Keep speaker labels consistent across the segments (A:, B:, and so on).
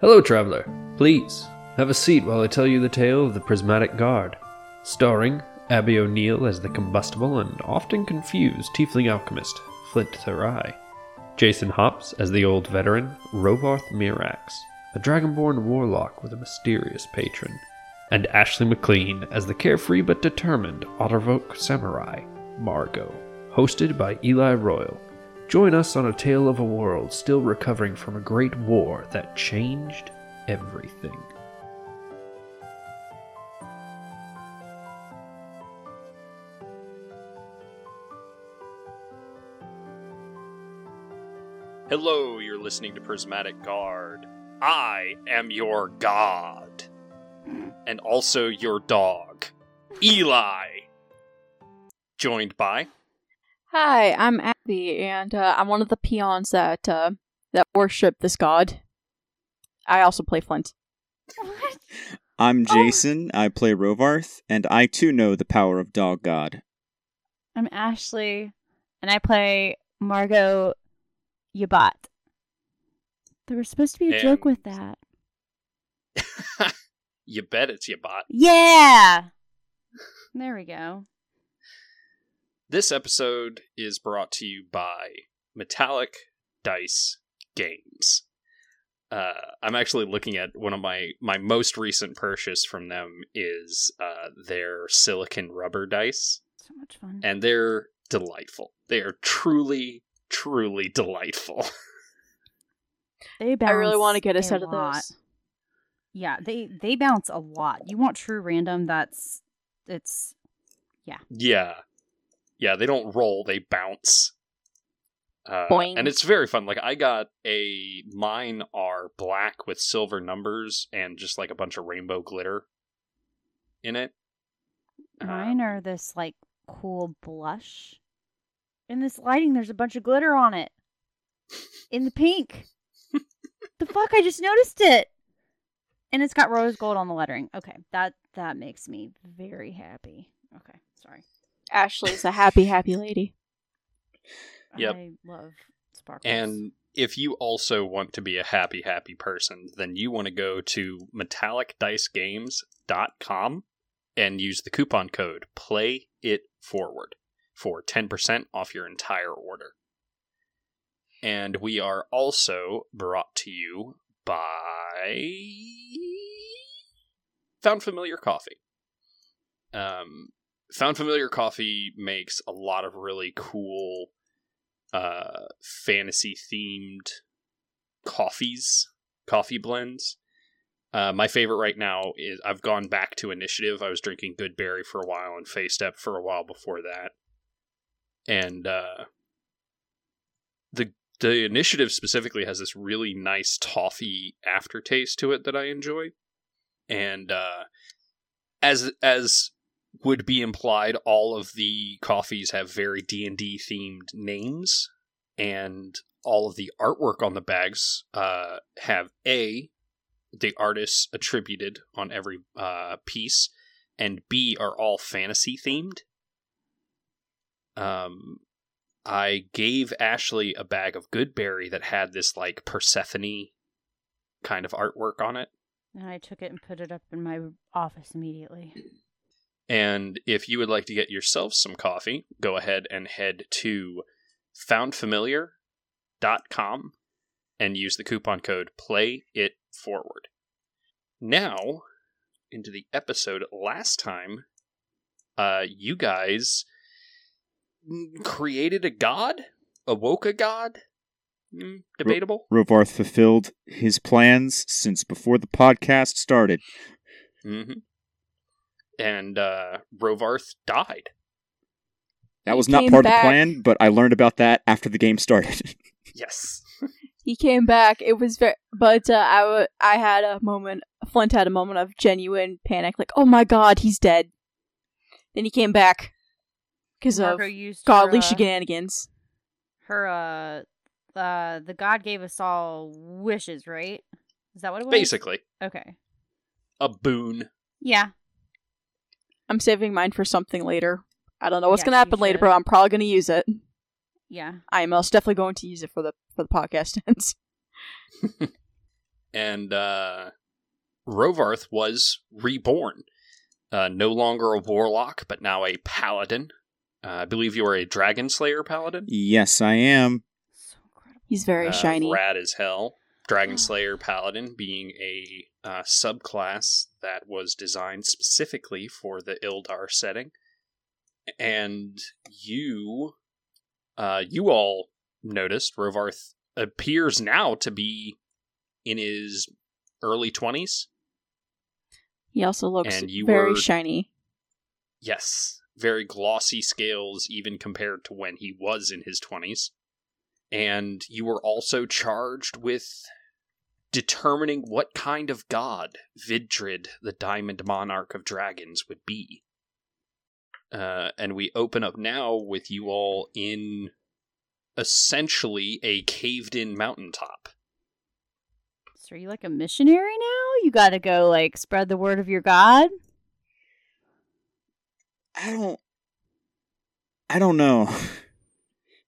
A: Hello, traveler. Please, have a seat while I tell you the tale of the Prismatic Guard. Starring Abby O'Neill as the combustible and often confused tiefling alchemist, Flint Therai. Jason Hops as the old veteran, Rovarth Mirax, a dragonborn warlock with a mysterious patron. And Ashley McLean as the carefree but determined Ottervok samurai, Margot, hosted by Eli Royal. Join us on a tale of a world still recovering from a great war that changed everything.
B: Hello, you're listening to Prismatic Guard. I am your god. And also your dog, Eli. Joined by.
C: Hi, I'm Abby, and uh, I'm one of the peons that uh, that worship this god. I also play Flint.
D: What?
E: I'm
D: Oh.
E: Jason. I play Rovarth, and I too know the power of Dog God.
D: I'm Ashley, and I play Margot Yabat. There was supposed to be a joke
B: And-
D: with that.
B: You bet it's your bot.
D: Yeah. There we go.
B: This episode is brought to you by Metallic Dice Games. Uh, I'm actually looking at one of my my most recent purchase from them is uh, their silicon rubber dice.
D: So much fun.
B: and they're delightful. They are truly, truly delightful.
D: they
C: I really
D: bounce
C: want to get a set of
D: lot.
C: those.
D: Yeah, they they bounce a lot. You want true random? That's it's
B: yeah, yeah. They don't roll; they bounce. Uh,
C: Boing.
B: and it's very fun. Like I got a mine are black with silver numbers and just like a bunch of rainbow glitter in it. Uh,
D: mine are this like cool blush. In this lighting, there's a bunch of glitter on it. In the pink. the fuck! I just noticed it. And it's got rose gold on the lettering. Okay, that that makes me very happy. Okay, sorry.
C: Ashley's a happy, happy lady.
B: Yep.
D: I love sparkles.
B: And if you also want to be a happy, happy person, then you want to go to metallicdicegames.com and use the coupon code play it forward for 10% off your entire order. And we are also brought to you by Found Familiar Coffee. Um, Found Familiar Coffee makes a lot of really cool uh, fantasy themed coffees, coffee blends. Uh, my favorite right now is I've gone back to Initiative. I was drinking Good Berry for a while and Face Step for a while before that, and uh, the the Initiative specifically has this really nice toffee aftertaste to it that I enjoy, and uh, as as would be implied all of the coffees have very d&d themed names and all of the artwork on the bags uh, have a the artists attributed on every uh, piece and b are all fantasy themed um, i gave ashley a bag of goodberry that had this like persephone kind of artwork on it
D: and I took it and put it up in my office immediately.
B: And if you would like to get yourself some coffee, go ahead and head to foundfamiliar.com and use the coupon code play it forward. Now, into the episode last time, uh you guys created a god, awoke a god? Mm, debatable.
E: Rovarth fulfilled his plans since before the podcast started.
B: Mhm. And uh Rovarth died.
E: That
C: He
E: was not
C: came
E: part
C: back.
E: of the plan, but I learned about that after the game started.
B: Yes.
C: He came back. It was very, but uh, I, w- I had a moment. Flint had a moment of genuine panic, like, "Oh my god, he's dead." Then he came back because of
D: Margot used her,
C: godly
D: uh,
C: shenanigans.
D: her uh, uh the god gave us all wishes, right? Is that what it was?
B: Basically,
D: Okay.
B: a boon.
D: Yeah.
C: I'm saving mine for something later. I don't know what's
D: Yes,
C: gonna
D: you
C: happen later,
D: should.
C: but I'm probably gonna use it.
D: Yeah.
C: I am most definitely going to use it for the for the podcast ends.
B: and uh, Rovarth was reborn. Uh, no longer a warlock, but now a paladin. Uh, I believe you are a dragon slayer paladin.
E: Yes, I am.
D: So incredible.
C: He's very
B: Uh,
C: shiny. Ah.
B: Rad as hell. Dragon Slayer Paladin being a uh, subclass that was designed specifically for the Ildar setting, and you, uh, you all noticed Rovarth appears now to be in his early twenties.
C: He also looks
B: And you
C: very
B: were-
C: shiny.
B: Yes, very glossy scales, even compared to when he was in his 20s. And you were also charged with determining what kind of god Vidrid, the Diamond Monarch of Dragons, would be. Uh, and we open up now with you all in essentially a caved in mountaintop.
D: So are you like a missionary now? You got to go like spread the word of your god.
E: I don't. I don't know.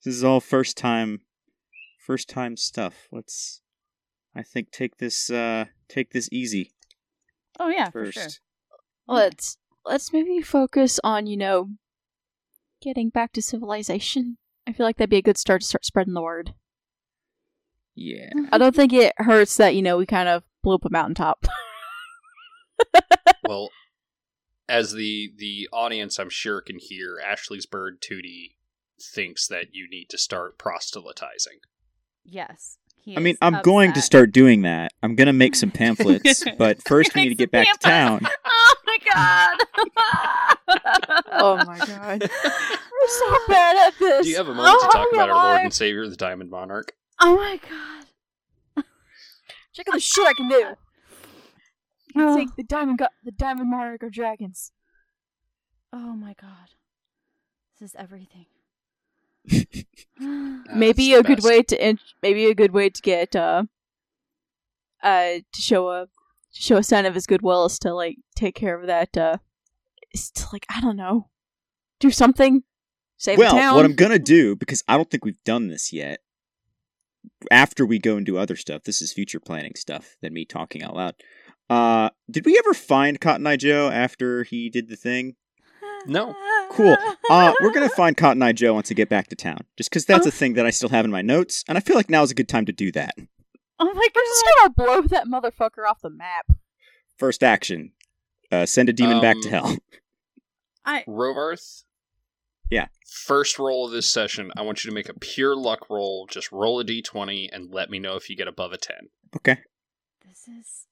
E: This is all first time, first time stuff. Let's. I think take this. uh Take this easy
D: Oh yeah,
E: first.
D: for sure.
C: Let's let's maybe focus on you know getting back to civilization. I feel like that'd be a good start to start spreading the word.
E: Yeah.
C: I don't think it hurts that you know we kind of blew up a mountaintop.
B: well, as the the audience, I'm sure can hear, Ashley's bird Tootie thinks that you need to start proselytizing.
D: Yes. he
E: I mean,
D: is
E: I'm going to
D: upset.
E: start doing that. I'm gonna make some pamphlets, but first we need to get back to town.
D: oh my god.
C: oh my god, we're so bad at this.
B: Do you have a moment to talk
C: Oh,
B: about our
C: my
B: Lord
C: life.
B: and Savior, the Diamond Monarch?
D: Oh my god.
C: Check out the shit I can do.
D: Oh,
C: Take the diamond, go- the diamond monarch of dragons.
D: oh my god. This is everything.
B: Uh,
C: maybe
B: it's
C: a
B: the
C: good
B: best.
C: way to in- maybe a good way to get uh uh to show a to show a sign of his goodwill is to like take care of that uh is to like I don't know do something save
E: well,
C: the town
E: what I'm gonna do because I don't think we've done this yet. After we go and do other stuff, this is future planning stuff than me talking out loud. Uh, did we ever find Cotton Eye Joe after he did the thing?
B: No.
E: Cool. Uh, we're gonna find Cotton Eye Joe once I get back to town, just because that's a thing that I still have in my notes, and I feel like now is a good time to do that.
D: Oh my
C: we're just gonna blow that motherfucker off the map
E: First action: uh, send a demon back to
B: Um,
E: hell.
D: I
B: Rovarth.
E: Yeah.
B: First roll of this session, I want you to make a pure luck roll. Just roll a d20 and let me know if you get above a 10.
E: okay.
D: this is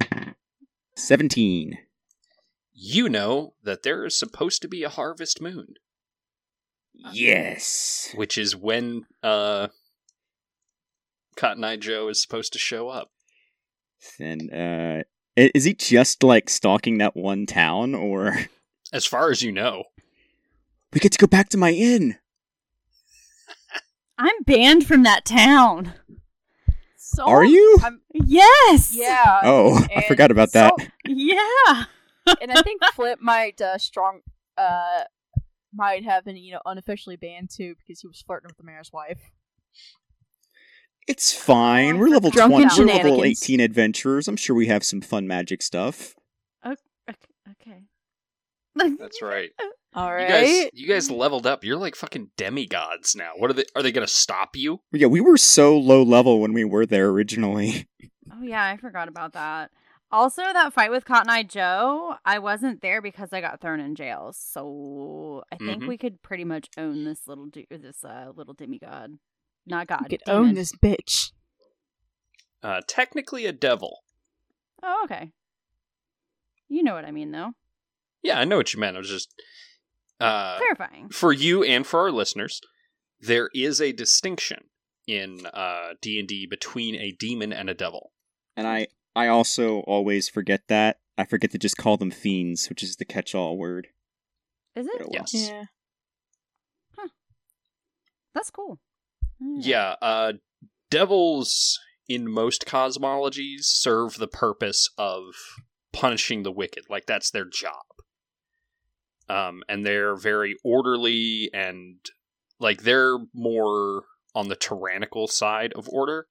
D: amazing.
E: Seventeen.
B: You know that there is supposed to be a harvest moon,
E: Yes.
B: which is when uh, Cotton Eye Joe is supposed to show up.
E: Then uh, i- is he just like stalking that one town, or
B: As far as you know.
E: we get to go back to my inn?
D: I'm banned from that town.
C: so
E: Are you?
C: I'm,
D: Yes.
C: yeah
E: oh, I
C: and
E: forgot about that.
C: so-
D: Yeah.
C: and I think Flip might uh strong uh might have been you know unofficially banned too because he was flirting with the mayor's wife
E: it's fine. We're level
C: Drunken
E: twenty. We're level
C: shenanigans.
E: eighteen adventurers. I'm sure we have some fun magic stuff.
D: Okay.
B: That's right.
C: all
B: You
C: right
B: guys, you guys leveled up. You're like fucking demigods now. What are they? Are they gonna stop you?
E: Yeah, we were so low level when we were there originally.
D: Oh yeah, I forgot about that. Also, that fight with Cotton Eye Joe, I wasn't there because I got thrown in jail. So I think
B: Mhm.
D: we could pretty much own this little du- this uh, little demigod, not god.
C: You could
D: demon.
C: own this bitch
B: Uh, technically a devil.
D: Oh okay. You know what I mean, though.
B: Yeah, I know what you meant. I was just uh,
D: Clarifying.
B: for you and for our listeners. There is a distinction in uh, D and D between a demon and a devil.
E: And I I also always forget that. I forget to just call them fiends, which is the catch-all word.
D: Is it?
E: Oh, well.
B: Yes.
C: yeah
D: That's cool. Mm.
B: Yeah, uh, devils in most cosmologies serve the purpose of punishing the wicked. Like that's their job. Um, and they're very orderly and like they're more on the tyrannical side of order,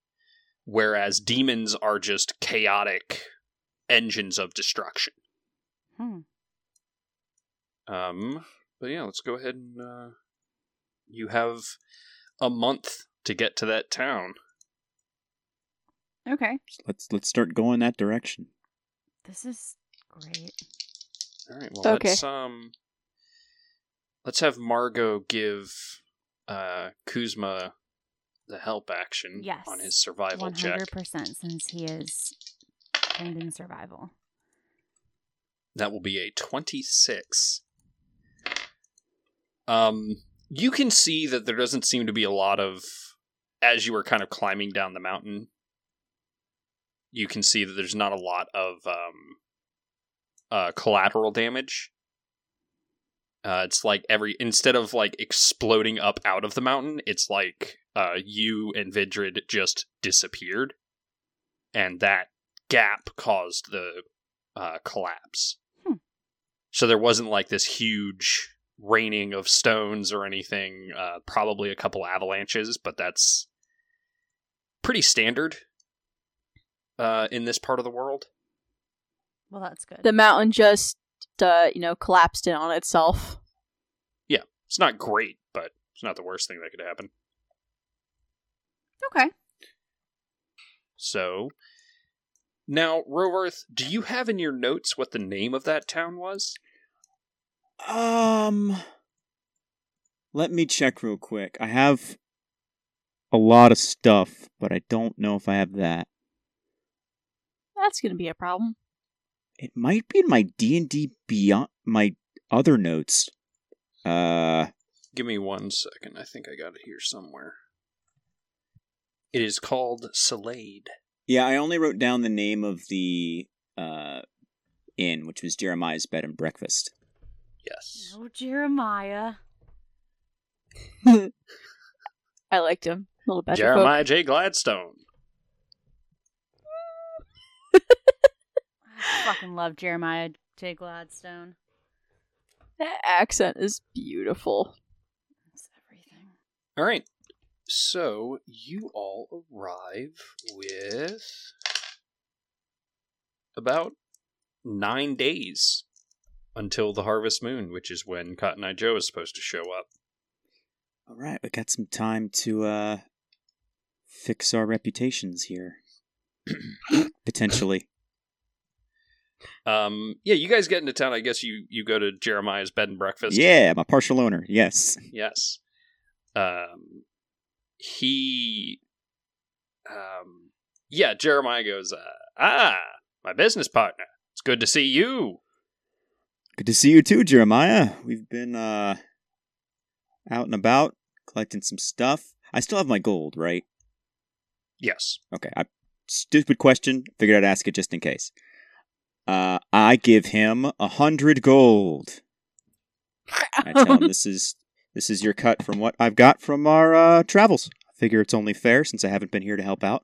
B: whereas demons are just chaotic engines of destruction.
D: Hmm.
B: Um, but yeah, let's go ahead and uh, you have a month to get to that town.
D: Okay.
E: Let's let's start going that direction.
D: This is great.
B: All right. Well,
C: Okay.
B: let's um, let's have Margot give uh Kuzma the help action
D: Yes.
B: on his survival
D: One
B: check.
D: hundred percent, since he is trained in survival.
B: That will be a 26. Um, you can see that there doesn't seem to be a lot of. As you were kind of climbing down the mountain, you can see that there's not a lot of um, uh, collateral damage. Uh, it's like every instead of like exploding up out of the mountain, it's like uh, you and Vidrid just disappeared, and that gap caused the uh, collapse.
D: Hmm.
B: So there wasn't like this huge raining of stones or anything. Uh, probably a couple avalanches, but that's pretty standard uh, in this part of the world.
D: Well, that's good.
C: The mountain just, uh, you know, collapsed in on itself.
B: It's not great, but it's not the worst thing that could happen.
D: okay.
B: So now, Rovarth, do you have in your notes what the name of that town was?
E: Um, let me check real quick. I have a lot of stuff, but I don't know if I have that.
C: That's gonna be a problem.
E: It might be in my D and D beyond my other notes. Uh,
B: Give me one second. I think I got it here somewhere. It is called Salade.
E: yeah, I only wrote down the name of the uh inn, which was Jeremiah's Bed and Breakfast.
B: Yes.
D: Oh, Jeremiah.
C: I liked him a little better.
B: Jeremiah J. Gladstone.
D: I fucking love Jeremiah J. Gladstone.
C: That accent is beautiful.
D: It's everything.
B: All right. So you all arrive with about nine days until the harvest moon, which is when Cotton Eye Joe is supposed to show up.
E: All right, we got some time to uh fix our reputations here, potentially.
B: Um, yeah, you guys get into town. I guess you you go to Jeremiah's bed and breakfast.
E: Yeah, my partial owner. Yes.
B: Yes. Um, he, um, yeah, Jeremiah goes, uh, ah, my business partner. It's good to see you.
E: Good to see you too, Jeremiah. We've been uh out and about collecting some stuff. I still have my gold, right?
B: Yes.
E: Okay. I stupid question. Figured I'd ask it just in case. Uh, I give him a hundred gold. I tell him this is this is your cut from what I've got from our uh, travels. I figure it's only fair since I haven't been here to help out.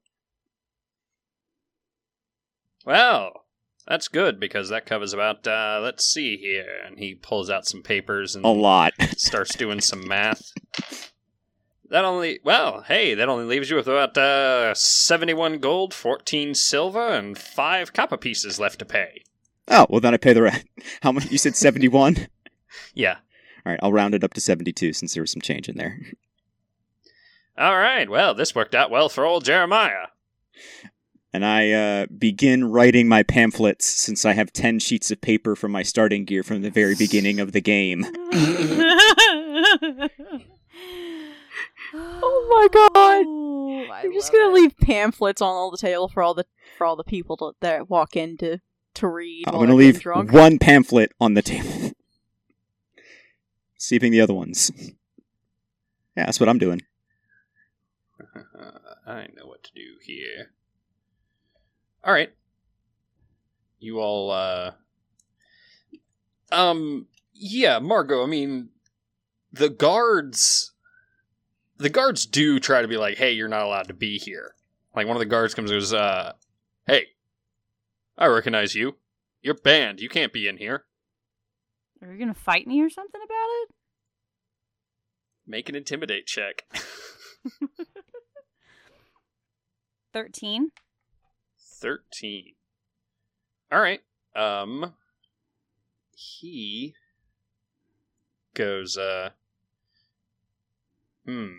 B: Well, that's good because that covers about. Uh, let's see here, and he pulls out some papers and
E: A lot.
B: starts doing some math. That only well, hey, that only leaves you with about uh, seventy-one gold, fourteen silver, and five copper pieces left to pay.
E: oh well, then I pay the rest. How much? You said seventy-one.
B: Yeah.
E: All right, I'll round it up to seventy-two since there was some change in there.
B: All right. Well, this worked out well for old Jeremiah.
E: and I uh, begin writing my pamphlets since I have 10 sheets of paper for my starting gear from the very beginning of the game.
D: oh
C: my God.
D: I
C: You're just
D: love
C: gonna
D: it.
C: leave pamphlets on all the table for all the for all the people to, that walk in to to read.
E: I'm
C: while
E: going to
C: they're getting
E: leave
C: drunk.
E: one pamphlet on the table, sleeping the other ones. Yeah, that's what I'm doing.
B: Uh, I know what to do here. All right. You all uh um yeah, Margot, I mean the guards the guards do try to be like, "Hey, you're not allowed to be here." Like one of the guards comes and goes, "Uh, hey. I recognize you. You're banned. You can't be in here."
D: Are you gonna fight me or something about it?
B: Make an intimidate check.
D: Thirteen.
B: 13 all right um he goes uh hmm let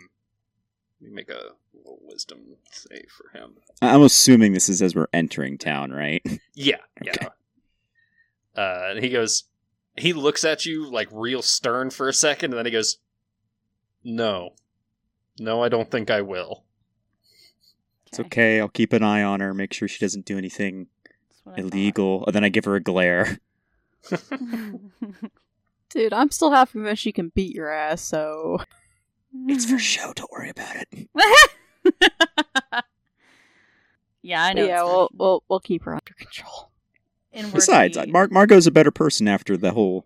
B: me make a little wisdom save for him
E: I- I'm assuming this is as we're entering town, right?
B: yeah
E: Okay.
B: yeah uh and he goes he looks at you like real stern for a second and then he goes no no i don't think i will
E: It's okay. I'll keep an eye on her, make sure she doesn't do anything
D: That's what I thought.
E: illegal. And then I give her a glare.
C: Dude, I'm still half convinced she can beat your ass, so.
E: It's for show. Don't worry about it.
D: yeah, I
C: But
D: know.
C: yeah,
D: it's
C: we'll,
D: fine.
C: we'll, we'll keep her under control.
D: And we're
E: Besides,
D: the-
E: Mar- Margot's a better person after the whole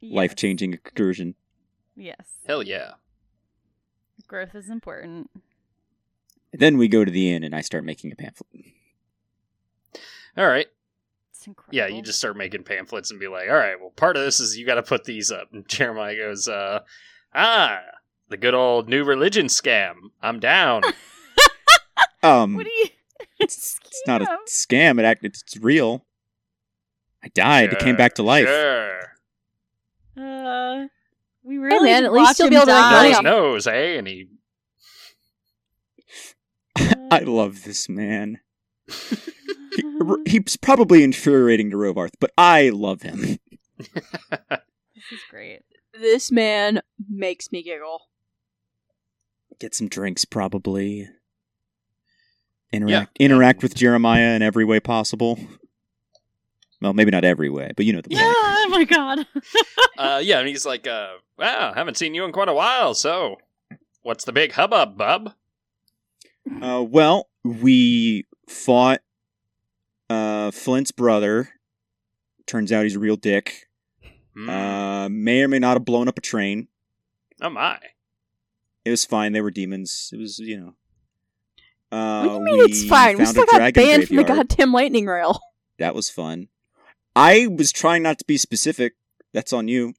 D: Yes.
E: life changing excursion.
D: Yes,
B: hell yeah
D: growth is important.
E: Then we go to the inn and I start making a pamphlet.
B: all right
D: It's incredible.
B: yeah you just start making pamphlets and be like all right well part of this is you got to put these up and jeremiah goes uh ah the good old new religion scam i'm down
E: Um,
D: What do you?
E: it's, it's not a
D: Scam.
E: scam. It act, it's it's real. I died. it came back to life.
B: sure.
D: Uh, we really
C: man,
D: did
C: at least
D: watch
C: you'll
D: him
C: be able to
E: Ah,
C: make money
D: die.
B: nose
C: off-
B: nose eh and he
D: Uh,
E: I love this man. He, r- he's probably infuriating to Rovarth, but I love him.
D: this is great.
C: This man makes me giggle.
E: Get some drinks, probably. Interact interact with Jeremiah in every way possible. Well, maybe not every way, but you know the
D: Yeah,
E: point.
D: oh my god.
B: uh yeah and he's like uh wow haven't seen you in quite a while so what's the big hubbub bub
E: Uh, well, we fought uh, Flint's brother. Turns out he's a real dick.
B: Hmm.
C: Mm.
E: Uh, may or may not have blown up a train.
B: oh my
E: It was fine. They were demons. It was, you know. Uh,
C: what do you mean it's fine? We
E: found a
C: still got
E: dragon
C: banned from the
E: graveyard.
C: goddamn lightning rail.
E: That was fun. I was trying not to be specific. That's on you.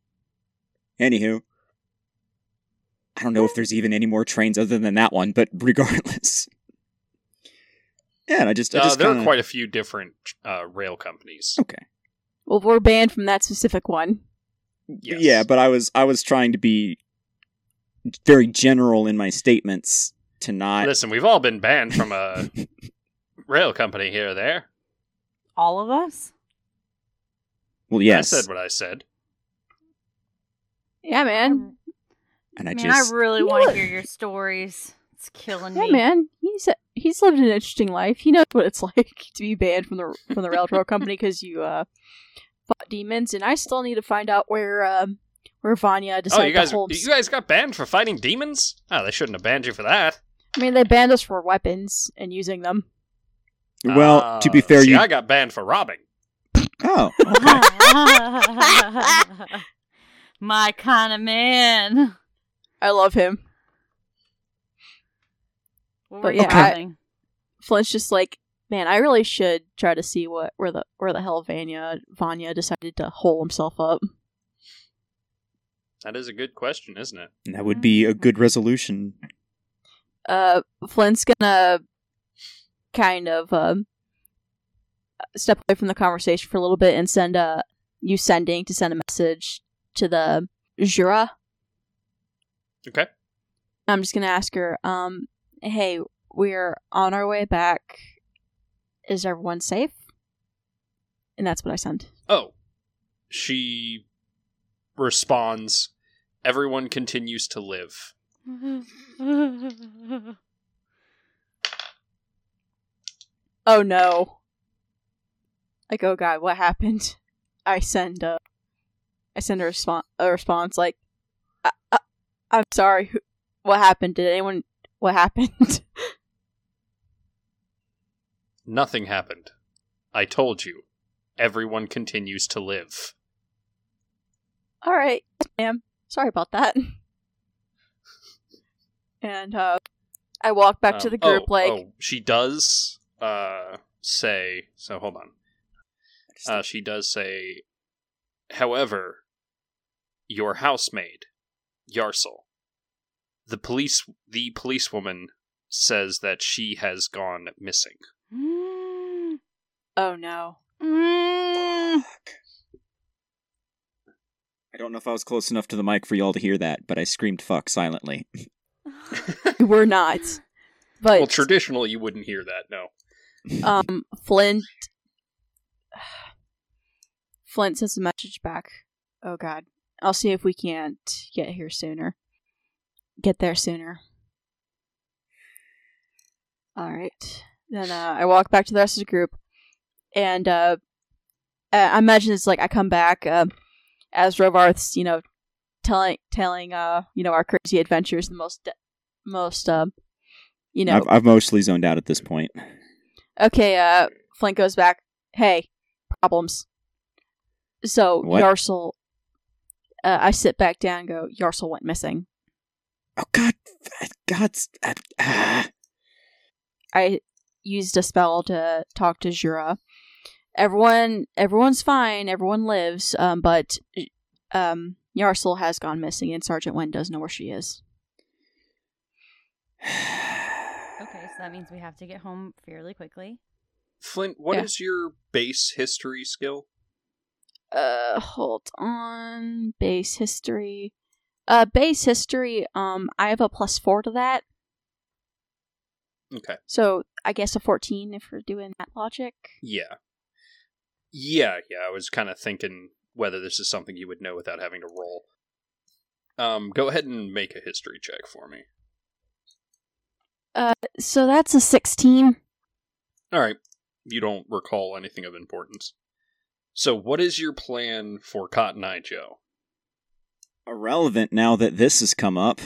E: Anywho, I don't know if there's even any more trains other than that one, but regardless. Yeah, and I just, I
B: uh,
E: just
B: there
E: kind
B: are quite a few different uh rail companies
E: okay.
C: Well, we're banned from that specific one.
B: Yes.
E: Yeah, but I was I was trying to be very general in my statements to not
B: listen we've all been banned from a rail company here or there
D: All of us.
E: Well, yes,
B: i said what i said
C: Yeah, man.
E: and I
D: man,
E: just
D: I really
C: You
D: want
C: know-
D: to hear your stories. It's killing
C: Yeah,
D: me.
C: man. He's he's lived an interesting life. He knows what it's like to be banned from the from the railroad company because you uh, fought demons, and I still need to find out where um, where Vanya decided
B: Oh, you guys,
C: to hold.
B: you guys got banned for fighting demons? Oh, they shouldn't have banned you for that.
C: I mean, they banned us for weapons and using them.
E: well. to be
B: Ah,
E: fair,
B: see,
E: you
B: I got banned for robbing.
E: oh
D: My kind of man.
C: I love him.
D: What
C: But
D: were you
C: yeah, I-
D: doing?
C: Flint's just like, man, I really should try to see what where the where the hell Vanya Vanya decided to hole himself up.
B: That is a good question, isn't it?
E: that would be a good resolution.
C: Uh, Flint's gonna kind of um, step away from the conversation for a little bit and send a you sending to send a message to the Jura.
B: Okay.
C: I'm just gonna ask her, um, hey, we're on our way back. Is everyone safe? And that's what I send.
B: Oh, she responds. Everyone continues to live.
D: Mm-hmm.
C: oh no like oh god what happened i send a i send a, response a response like I, I, i'm sorry who- what happened did anyone what happened
B: Nothing happened. I told you. Everyone continues to live.
C: all right yes, ma'am sorry about that and uh i walk back to
B: Um,
C: the group
B: oh,
C: like
B: oh, she does uh, say. So hold on. Uh, she does say, however, your housemaid, Yarsel, the police the policewoman says that she has gone missing.
D: Mm.
C: Oh no.
D: Mm.
E: I don't know if I was close enough to the mic for y'all to hear that, but I screamed fuck silently.
C: You were not. But
B: well, traditionally you wouldn't hear that. No.
C: um Flint Flint sends a message back. Oh god. I'll see if we can't get here sooner. Get there sooner. Alright. Then uh, I walk back to the rest of the group and uh I I imagine it's like I come back uh, as Rovarth's, you know, telling telling uh, you know, our crazy adventures the most de- most uh, you know,
E: I've, I've mostly zoned out at this point.
C: Okay, uh, Flint goes back. Hey, problems. So,
E: What?
C: Yarsel, uh, I sit back down and go, Yarsel went missing.
E: Oh God, God's uh, ah.
C: I used a spell to talk to Jura. Everyone, everyone's fine. Everyone lives, um, but um, Yarsel has gone missing, and Sergeant Wen doesn't know where she is.
D: Okay, so that means we have to get home fairly quickly.
B: Flint, What is
C: Yeah.
B: your base history skill?
C: Uh, hold on. Base history. Uh, base history. Um, I have a plus four to that.
B: Okay.
C: So I guess a 14 if we're doing that logic.
B: Yeah. Yeah, yeah. I was kind of thinking whether this is something you would know without having to roll. Um, go ahead and make a history check for me.
C: So that's a 16.
B: All right. You don't recall anything of importance. So, what is your plan for Cotton Eye Joe?
E: irrelevant now that this has come up.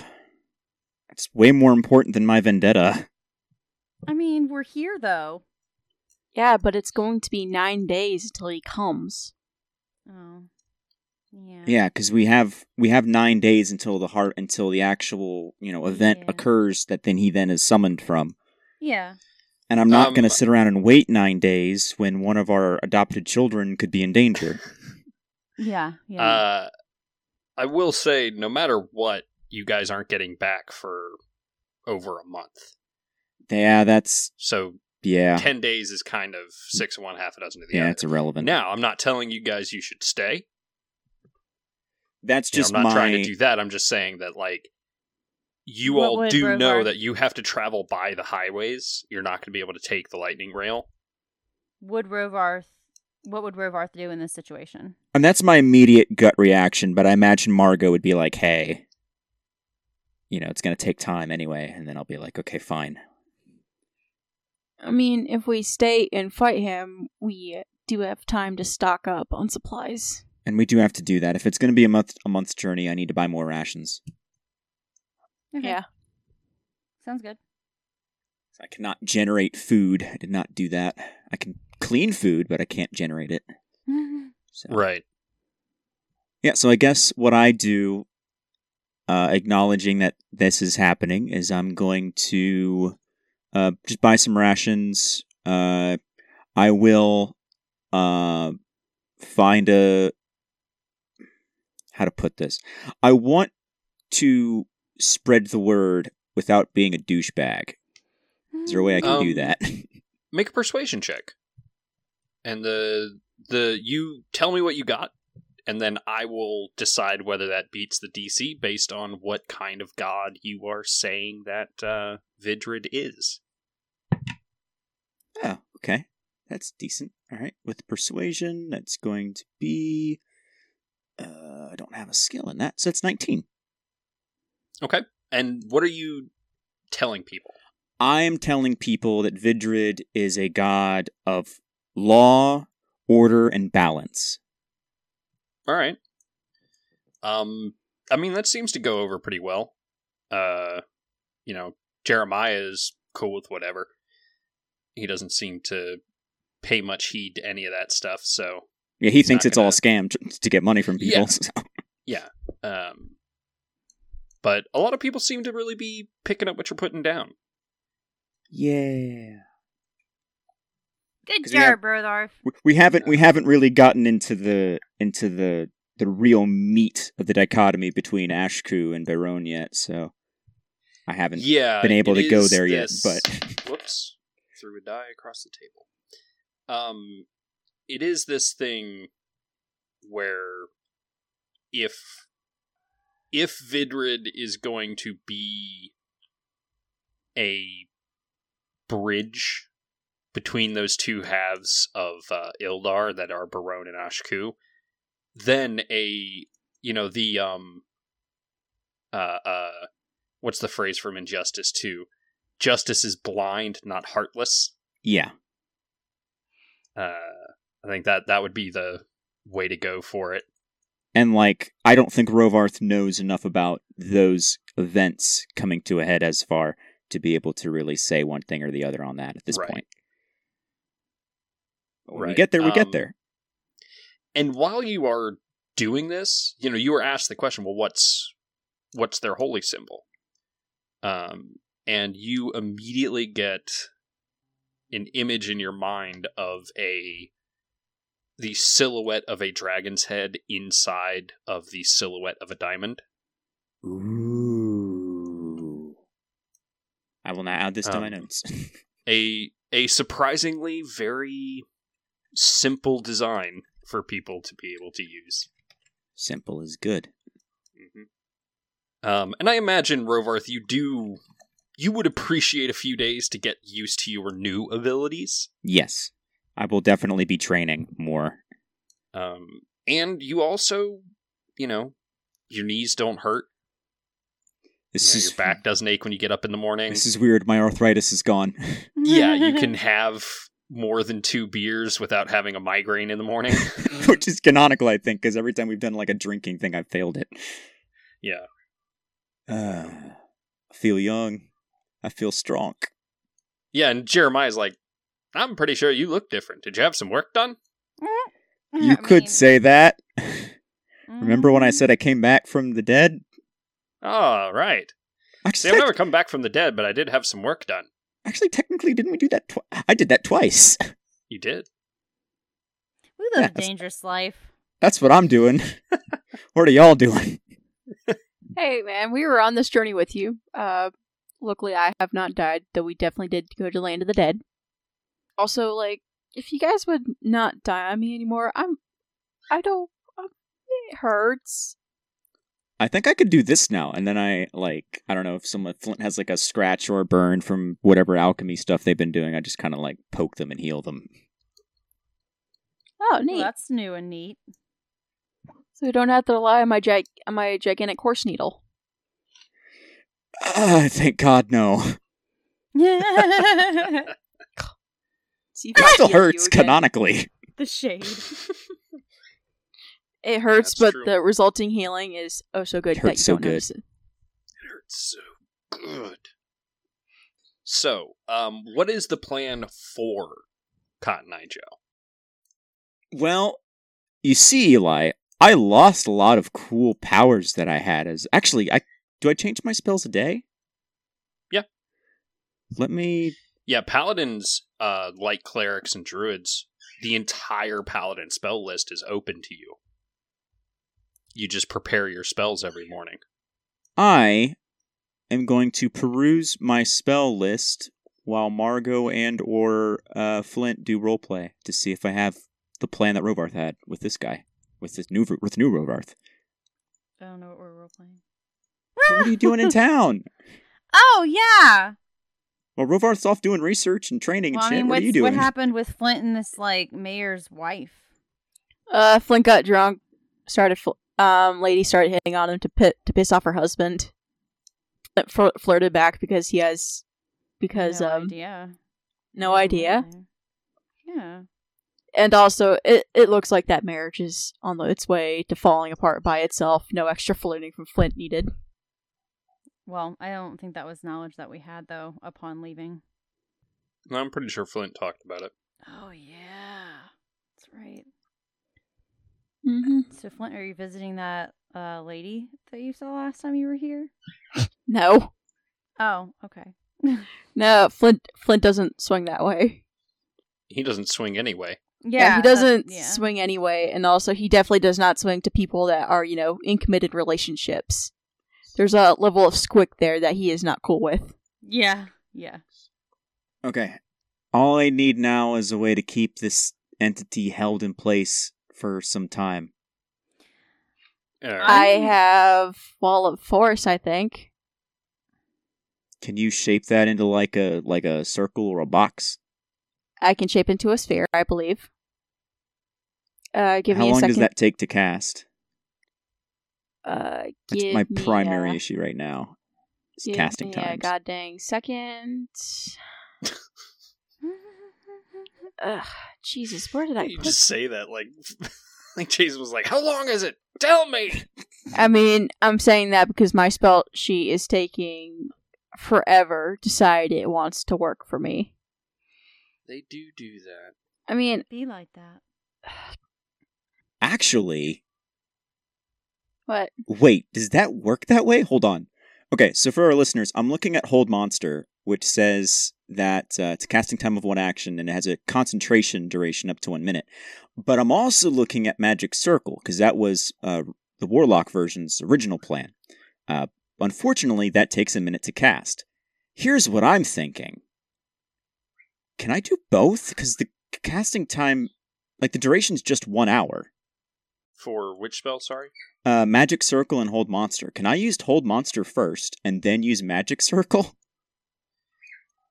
E: It's way more important than my vendetta.
D: I mean, we're here though.
C: Yeah, but it's going to be nine days until he comes.
D: Oh, yeah.
C: Mm-hmm.
E: Yeah, because we have we have nine days until the heart until the actual you know event
D: Yeah.
E: occurs that then he then is summoned from.
D: Yeah.
E: And I'm not
B: Um,
E: going to sit around and wait nine days when one of our adopted children could be in danger.
D: Yeah. Yeah.
B: Uh, I will say, no matter what, you guys aren't getting back for over a month.
E: yeah, that's
B: So,
E: yeah,
B: 10 days is kind of six of one, half a dozen of the
E: yeah,
B: other.
E: it's irrelevant.
B: Now, I'm not telling you guys you should stay.
E: that's
B: You know,
E: just
B: I'm not
E: my
B: trying to do that. I'm just saying that like you
D: What
B: all
D: would
B: do
D: Rovar-
B: know that you have to travel by the highways. You're not going to be able to take the lightning rail.
D: would Rovarth? What would Rovarth do in this situation?
E: and that's my immediate gut reaction. But I imagine Margot would be like, "Hey, you know, it's going to take time anyway," and then I'll be like, "Okay, fine."
C: I mean, if we stay and fight him, we do have time to stock up on supplies.
E: And we do have to do that. If it's going to be a month a month's journey, I need to buy more rations.
D: Okay,
C: Yeah.
D: Sounds good.
E: I cannot generate food. I did not do that. I can clean food, but I can't generate it. So.
B: Right.
E: Yeah, so I guess what I do, uh, acknowledging that this is happening, is I'm going to uh, just buy some rations. Uh, I will uh, find a. How to put this? I want to spread the word without being a douchebag. Is there a way I can do
B: Um,
E: that?
B: Make a persuasion check. And the the you tell me what you got and then I will decide whether that beats the DC based on what kind of god you are saying that uh Vidrid is.
E: oh, okay. That's decent. All right. With persuasion, that's going to be. Uh, I don't have a skill in that, so that's 19.
B: Okay? And what are you telling people?
E: I am telling people that Vidrid is a god of law, order, and balance.
B: All right. Um, I mean that seems to go over pretty well. Uh, you know, Jeremiah is cool with whatever. He doesn't seem to pay much heed to any of that stuff. So
E: Yeah, he
B: He's
E: thinks
B: not
E: it's all a
B: gonna-
E: scam t- to get money from people.
B: Yeah.
E: so-
B: yeah. Um, but a lot of people seem to really be picking up what you're putting down.
E: yeah.
D: Good
E: 'Cause we have-
D: job, Rovarth.
E: We- We haven't we haven't really gotten into the into the the real meat of the dichotomy between Ashku and Baron yet, so I haven't
B: yeah,
E: been able
B: it
E: to go
B: is
E: there yet,
B: this-
E: but-
B: whoops, threw a die across the table. Um, it is this thing where if if Vidrid is going to be a bridge between those two halves of uh, Ildar that are Barone and Ashku, then a you know the um uh uh what's the phrase from Injustice 2? Justice is blind, not heartless.
E: yeah.
B: Uh, I think that that would be the way to go for it.
E: And like I don't think Rovarth knows enough about those events coming to a head as far to be able to really say one thing or the other on that at this
B: Right.
E: point. But When we
B: Right.
E: get there, we
B: Um,
E: get there.
B: And while you are doing this, you know, you were asked the question, well, what's what's their holy symbol? Um, and you immediately get an image in your mind of a the silhouette of a dragon's head inside of the silhouette of a diamond.
E: Ooh. I will now add this to my
B: Um,
E: notes.
B: a a surprisingly very simple design for people to be able to use.
E: Simple is good.
B: Um, and I imagine Rovarth, you do you would appreciate a few days to get used to your new abilities.
E: Yes. I will definitely be training more.
B: Um, and you also, you know, your knees don't hurt. You
E: This
B: know,
E: is
B: your back doesn't ache when you get up in the morning.
E: This is weird. My arthritis is gone.
B: yeah, you can have more than two beers without having a migraine in the morning.
E: Which is canonical, I think, because every time we've done like a drinking thing, I've failed it.
B: yeah.
E: Uh, I feel young. I feel strong.
B: Yeah, and Jeremiah's like, I'm pretty sure you look different. Did you have some work done?
D: Mm.
E: You could say that. Remember
D: Mm.
E: when I said I came back from the dead?
B: Oh, right. See,
E: Actually,
B: I've
E: tec-
B: never come back from the dead, but I did have some work done.
E: actually technically, didn't we do that? Twi- I did that twice.
B: You did.
D: we live a
E: Yes.
D: dangerous life?
E: That's what I'm doing. what are y'all doing?
C: Hey, man, we were on this journey with you. Uh, luckily, I have not died, though we definitely did go to Land of the Dead. Also, like, if you guys would not die on me anymore, I'm. I don't. I'm, it hurts.
E: I think I could do this now, and then I like I don't know if someone Flint has like a scratch or a burn from whatever alchemy stuff they've been doing. I just kind of like poke them and heal them.
C: Oh,
D: Well,
C: neat.
D: that's new and neat.
C: so we don't have to rely on my gig- on my gigantic horse needle.
E: Ah, thank God, no.
D: the
C: See if
E: It
C: I
E: still
C: heal you
E: hurts
C: again.
E: canonically.
D: shade.
C: It hurts,
B: That's
C: but
B: true.
C: the resulting healing is oh so good
E: It
C: that
E: hurts
C: you
E: so
C: don't
E: good.
C: notice it.
B: It hurts so good. So, um, what is the plan for Cotton Eye Joe?
E: Well, you see, Eli, I lost a lot of cool powers that I had. As actually, I do I change my spells a day?
B: Yeah.
E: Let me.
B: Yeah, paladins, uh, like clerics and druids, the entire paladin spell list is open to you. You just prepare your spells every morning.
E: I am going to peruse my spell list while Margot and or uh, Flint do roleplay to see if I have the plan that Rovarth had with this guy, with this new with new Rovarth.
D: I don't know what we're role playing.
E: what are you doing in town?
D: Oh yeah.
E: Well, Rovarth's off doing research and training and
D: Well, I
E: shit.
D: mean,
E: what are
D: what's,
E: you doing?
D: what happened with Flint and this like mayor's wife?
C: Uh, Flint got drunk. Started, fl- um, lady started hitting on him to pit to piss off her husband. Flint fl- flirted back because he has because
D: no
C: um
D: idea.
C: no idea,
D: Yeah.
C: and also it it looks like that marriage is on the, its way to falling apart by itself. No extra flirting from Flint needed.
D: Well, I don't think that was knowledge that we had though upon leaving.
B: No, I'm pretty sure Flint talked about it.
D: Oh yeah. That's right.
C: Mm-hmm.
D: So Flint, are you visiting that uh lady that you saw last time you were here?
C: No,
D: Oh, okay.
C: no, Flint Flint doesn't swing that way.
B: He doesn't swing anyway.
D: Yeah.
C: he
D: that-
C: doesn't
D: yeah.
C: swing anyway, and also he definitely does not swing to people that are you know in committed relationships. There's a level of squick there that he is not cool with.
D: Yeah. Yeah.
E: Okay. All I need now is a way to keep this entity held in place for some time.
B: All right.
C: I have Wall of Force, I think.
E: Can you shape that into like a like a circle or a box?
C: I can shape into a sphere, I believe. Uh, give
E: How
C: me a
E: long
C: second.
E: does that take to cast?
C: uh,
E: That's
C: give
E: my
C: me
E: primary
C: a-
E: issue right now. It's
C: give
E: casting
C: me
E: times.
C: A god dang second. Ugh, Jesus, where did I
B: you
C: put
B: just say that like like Jason was like, "How long is it? Tell me."
C: I mean, I'm saying that because my spell she is taking forever to decide it wants to work for me.
B: They do do that.
C: I mean,
D: Be like that.
E: Actually,
C: what?
E: wait, does that work that way? Hold on. Okay, so for our listeners, I'm looking at Hold Monster, which says that uh, it's a casting time of one action and it has a concentration duration up to one minute. But I'm also looking at Magic Circle because that was uh, the Warlock version's original plan. Uh, unfortunately, that takes a minute to cast. Here's what I'm thinking Can I do both? Because the c- casting time, like the duration's just one hour
B: For which spell? Sorry.
E: uh, magic circle and hold monster. Can I use hold monster first and then use magic circle?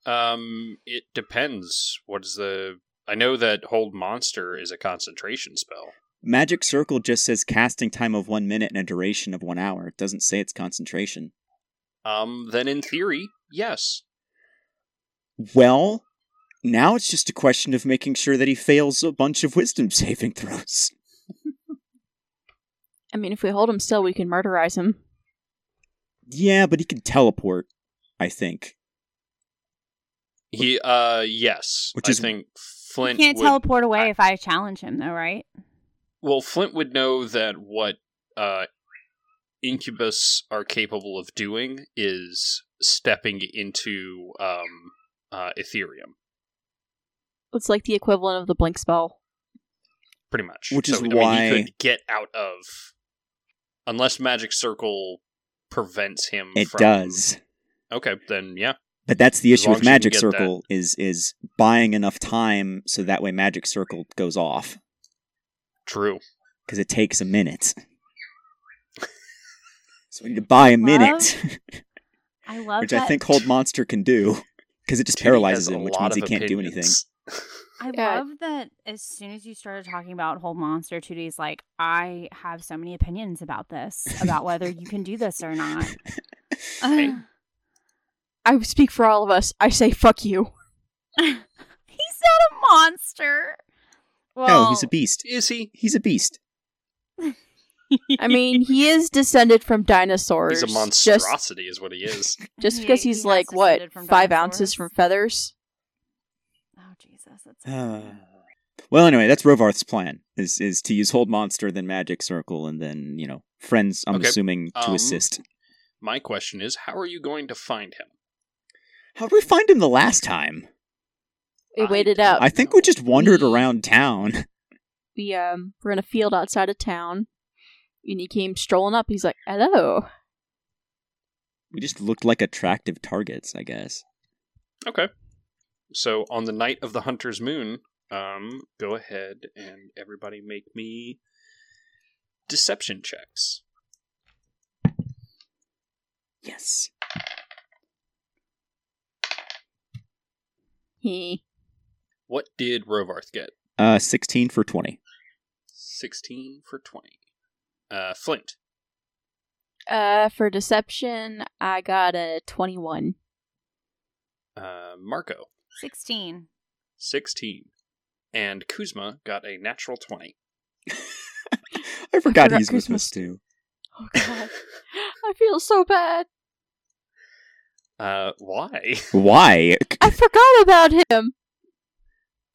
B: Um, it depends. What is the? I know that hold monster is a concentration spell.
E: Magic circle just says casting time of one minute and a duration of one hour. It doesn't say it's concentration.
B: Um, then in theory, yes.
E: Well, now it's just a question of making sure that he fails a bunch of wisdom saving throws.
C: I mean, if we hold him still, we can murderize him.
E: Yeah, but he can teleport, I think.
B: He, uh, yes.
E: Which
B: I
E: is-
B: think
D: You
B: Flint
D: can't
B: would-
D: teleport away if I challenge him, though, right?
B: Well, Flint would know that what uh, incubus are capable of doing is stepping into um, uh, Ethereum,
C: It's like the equivalent of the blink spell.
B: pretty much.
E: Which is
B: I mean,
E: why-
B: he could get out of, unless Magic Circle prevents him.
E: It
B: from...
E: does.
B: Okay, then yeah.
E: But that's the
B: As
E: issue
B: long
E: with
B: as you can
E: magic
B: get
E: circle is is buying enough time so that way magic circle goes off
B: True.
E: because it takes a minute. so we need to buy a minute.
D: I love
E: which
D: that.
E: I think Hold Monster can do because it just
B: Timmy
E: paralyzes
B: has a
E: him, which
B: lot
E: means
B: of
E: he can't do anything.
B: opinions.
D: I
C: Yeah.
D: love that as soon as you started talking about Whole Monster 2D's, like, I have so many opinions about this, about whether you can do this or not.
B: Hey.
C: I speak for all of us. I say fuck you.
D: He's not a monster. Well,
E: no, he's a beast.
B: Is he?
E: He's a beast.
C: I mean, he is descended from dinosaurs.
B: He's a
C: Just,
B: monstrosity, is what he is.
C: just
D: He-
C: because
D: he
C: he's
D: has
C: like what
D: descended from
C: five
D: dinosaurs.
C: ounces from feathers.
D: oh Jesus, that's
E: Uh. well, anyway, that's Rovarth's plan is is to use Hold Monster, then Magic Circle, and then you know friends. I'm
B: Okay,
E: assuming to
B: um,
E: assist.
B: My question is, how are you going to find him?
E: How did we find him the last time?
C: We
B: I
C: waited
B: don't-
C: out.
E: I think we just wandered
C: We-
E: around town.
C: we um were in a field outside of town, and he came strolling up. He's like, "Hello."
E: We just looked like attractive targets, I guess.
B: Okay. So on the night of the Hunter's Moon, um, go ahead and everybody make me deception checks.
E: Yes.
C: He
B: What did Rovarth get?
E: Uh, sixteen for twenty.
B: Sixteen for twenty. Uh, Flint.
C: uh for deception, I got a twenty-one.
B: Uh, Marco.
D: sixteen.
B: Sixteen. And Kuzma got a natural twenty.
E: I forgot
C: forgot
E: he's with
C: Christmas.
E: us too.
C: Oh God, I feel so bad.
B: uh, why?
E: Why?
C: I forgot about him.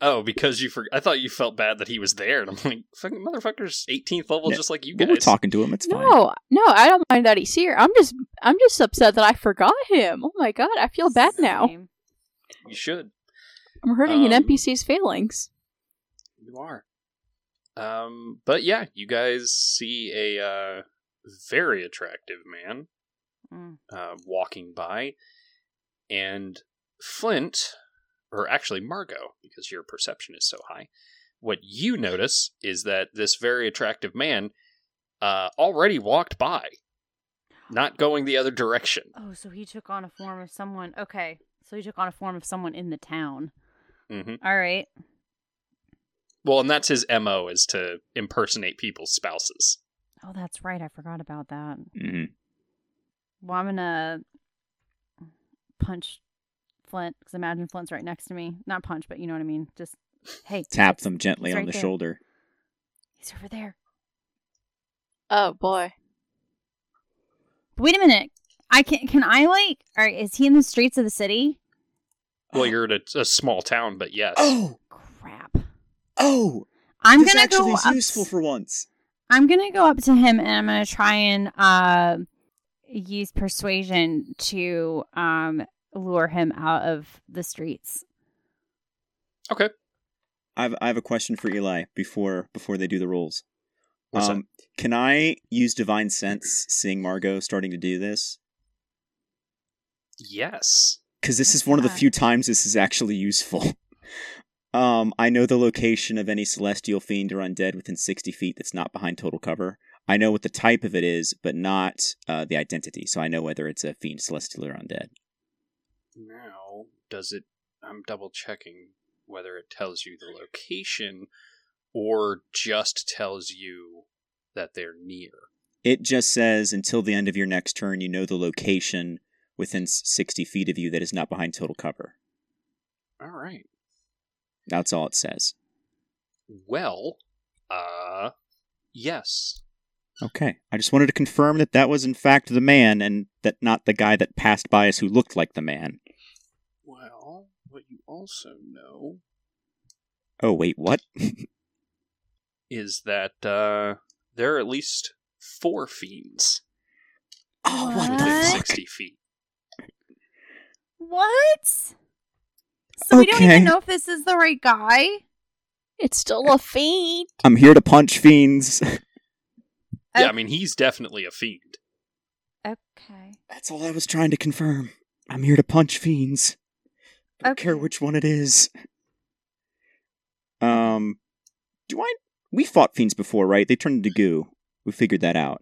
B: Oh, because you forgot. I thought you felt bad that he was there, and I'm like, fucking motherfucker's 18th level,
E: No,
B: just like you
E: We
B: guys.
E: We're talking to him. It's fine.
C: No, no, I don't mind that he's here. I'm just, I'm just upset that I forgot him. Oh my God, I feel bad now.
D: Same.
B: You should.
C: I'm hurting
B: Um,
C: an NPC's feelings.
B: You are. Um, but yeah, you guys see a uh, very attractive man
D: Mm.
B: uh, walking by, and Flint, or actually Margot, because your perception is so high, what you notice is that this very attractive man uh, already walked by, not going the other direction.
D: Oh, so he took on a form of someone. Okay. So he took on a form of someone in the town.
B: hmm
D: All right.
B: Well, and that's his mo is to impersonate people's spouses.
D: Oh, that's right. I forgot about that.
E: Mm-hmm.
D: Well, I'm gonna punch Flint because imagine Flint's right next to me. Not punch, but you know what I mean. Just hey,
E: Tap
D: it's-
E: them gently
D: it's
E: on
D: right
E: the
D: there.
E: shoulder.
D: He's over there.
C: Oh boy.
D: Wait a minute. I can can I like? All right, is he in the streets of the city?
B: Well, you're in a, a small town, but yes.
E: Oh,
D: Crap.
E: oh!
D: I'm
E: this
D: gonna
E: actually
D: go.
E: is
D: up-
E: useful for once.
D: I'm gonna go up to him and I'm gonna try and uh, use persuasion to um lure him out of the streets.
B: Okay.
E: I've I have a question for Eli before before they do the rolls.
B: What's that?
E: um, can I use divine sense seeing Margot starting to do this?
B: Yes.
E: Because this is one of the
D: Yeah.
E: few times this is actually useful. um, I know the location of any celestial fiend or undead within sixty feet that's not behind total cover. I know what the type of it is, but not uh, the identity. So I know whether it's a fiend, celestial, or undead.
B: Now, does it? I'm double checking whether it tells you the location or just tells you that they're near.
E: It just says until the end of your next turn, you know the location within s- 60 feet of you that is not behind total cover.
B: All right.
E: That's all it says.
B: Well, uh, yes.
E: Okay. I just wanted to confirm that that was, in fact, the man and that not the guy that passed by us who looked like the man.
B: Well, what you also know
E: Oh, wait, what?
B: is that uh, there are at least four fiends
E: oh, what
B: within
D: What?
E: the fuck?
B: sixty feet.
D: What? So we don't
E: Okay.
D: even know if this is the right guy.
C: It's still a fiend.
E: I'm here to punch fiends.
B: Yeah, I
D: Oh.
B: mean he's definitely a fiend.
D: Okay.
E: That's all I was trying to confirm. I'm here to punch fiends. Don't care
D: Okay.
E: which one it is. Um, do I? We fought fiends before, right? They turned into goo. We figured that out.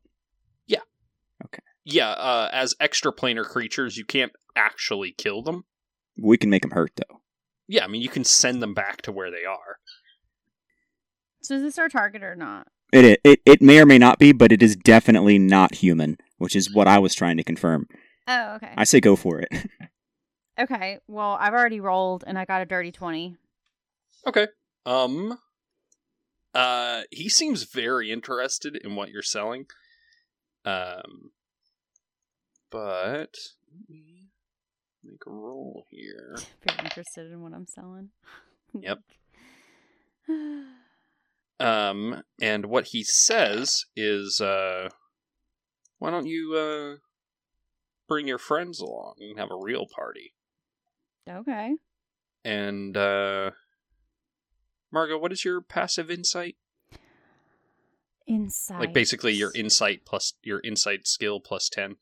B: Yeah, uh, as extraplanar creatures, you can't actually kill them.
E: We can make them hurt though.
B: Yeah, I mean you can send them back to where they are.
D: So is this our target or not?
E: It, it it it may or may not be, but it is definitely not human, which is what I was trying to confirm.
D: Oh, okay.
E: I say go for it.
D: okay. Well, I've already rolled and I got a dirty twenty.
B: Okay. Um uh he seems very interested in what you're selling. Um but let me make a roll here.
D: If you're interested in what I'm selling.
B: Yep. Um and what he says is uh why don't you uh bring your friends along and have a real party?
D: okay.
B: And uh Margo, what is your passive insight?
D: Insight.
B: Like basically your insight plus your insight skill plus 10.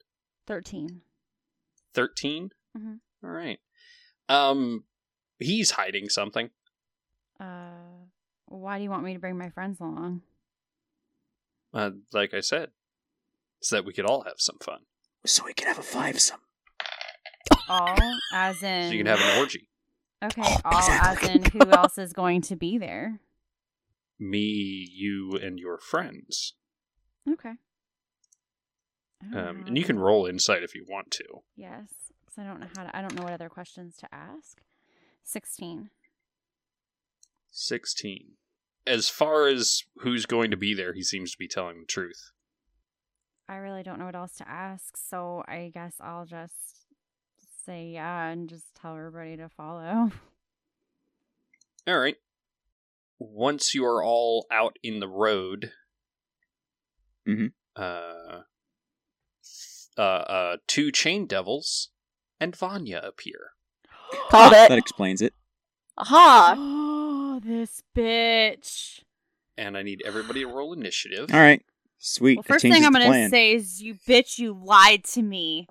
D: thirteen.
B: 13
D: Mhm.
B: All right um he's hiding something
D: Uh, why do you want me to bring my friends along?
B: uh, like i said so that we could all have some fun
E: so we can have a fivesome.
D: All as in.
B: so you can have an orgy
D: Okay.
E: Oh,
D: all
E: exactly.
D: as in who else is going to be there?
B: me you and your friends
D: Okay. I don't know
B: um
D: how
B: and you
D: I-
B: can roll insight if you want to
D: Yes, because I don't know how to. I don't know what other questions to ask. Sixteen.
B: 16 as far as who's going to be there he seems to be telling the truth
D: I really don't know what else to ask, so I guess I'll just say yeah and just tell everybody to follow.
B: all right once you are all out in the road
E: Mhm.
B: uh uh, uh, two chain devils and Vanya appear.
C: Called
E: Ah,
C: it.
E: That explains it.
C: Aha.
E: Uh,
D: Oh, this bitch!
B: and I need everybody to roll initiative.
E: All right. Sweet.
D: Well,
E: that
D: first thing
E: changes
D: I'm
E: the
D: gonna
E: plan.
D: say is, you bitch, you lied to me.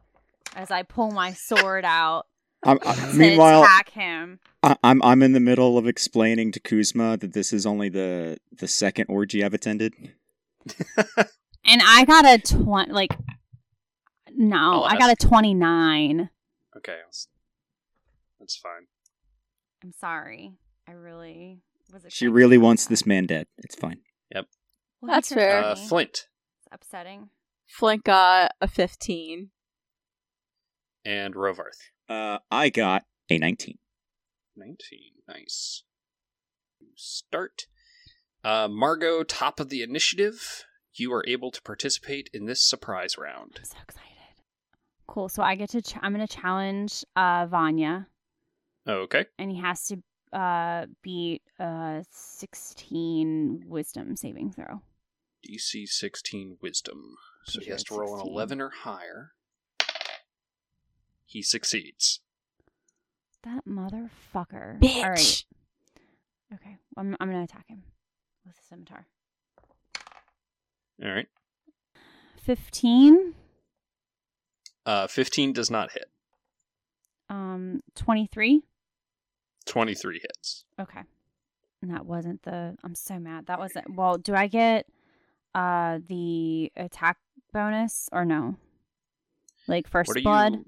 D: As I pull my sword out
E: I'm,
D: to
E: I, meanwhile,
D: attack him.
E: I, I'm I'm in the middle of explaining to Kuzma that this is only the the second orgy I've attended.
D: And I got a twenty. Like, no,
B: Oh,
D: I got a twenty-nine.
B: Okay, that's- that's fine.
D: I'm sorry. I really was.
E: She
D: expecting
E: really
D: that.
E: wants this man dead. It's fine.
D: Well, he
C: That's
D: turned
C: fair.
B: Uh,
D: 20.
B: Flint
D: It's upsetting.
C: Flint got a 15.
B: and Rovarth.
E: Uh, I got a 19.
B: 19. Nice. Start. Uh, Margot, top of the initiative. You are able to participate in this surprise round.
D: I'm so excited. Cool. So I get to. Ch- I'm gonna challenge uh, Vanya,
B: Okay.
D: and he has to uh, beat uh, sixteen Wisdom saving throw.
B: DC 16 Wisdom. So he
D: Pretty sure
B: has to
D: it's
B: roll an
D: 16.
B: 11 or higher. He succeeds.
D: That motherfucker.
C: Bitch.
D: All right. Okay. I'm, I'm gonna attack him with a scimitar.
B: All right.
D: Fifteen.
B: Uh, 15 does not hit.
D: Um. Twenty-three.
B: 23 hits.
D: Okay. And that wasn't the. I'm so mad. That wasn't. Well, do I get uh the attack bonus or no? Like first
B: What do
D: blood.
B: you?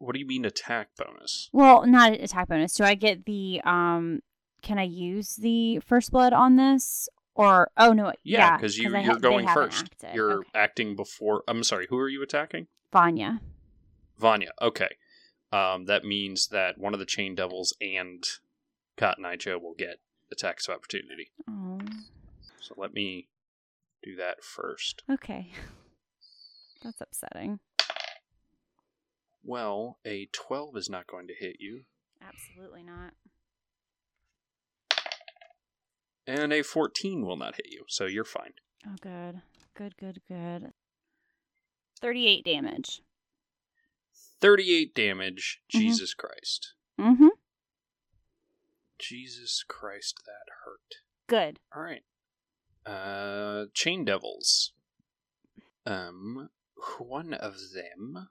B: What do you mean attack bonus?
D: Well, not attack bonus. Do I get the um? Can I use the first blood on this? Or oh no,
B: Yeah,
D: yeah,
B: because you
D: I ha-
B: you're
D: they
B: going
D: haven't
B: first.
D: acted.
B: You're
D: Okay.
B: acting before. I'm sorry. Who are you attacking?
D: Vanya.
B: Vanya. Okay. Um, that means that one of the Chain Devils and Cotton Eye Joe will get attacks of opportunity.
D: Oh,
B: So let me do that first.
D: okay, that's upsetting.
B: Well, a 12 is not going to hit you,
D: Absolutely not.
B: and a 14 will not hit you, so you're fine.
D: Oh, good, good, good, good. Thirty-eight damage.
B: 38 damage.
D: Mhm.
B: Jesus Christ.
D: Mm-hmm.
B: Jesus Christ, that hurt.
D: Good.
B: All right. Uh, Chain Devils. Um, one of them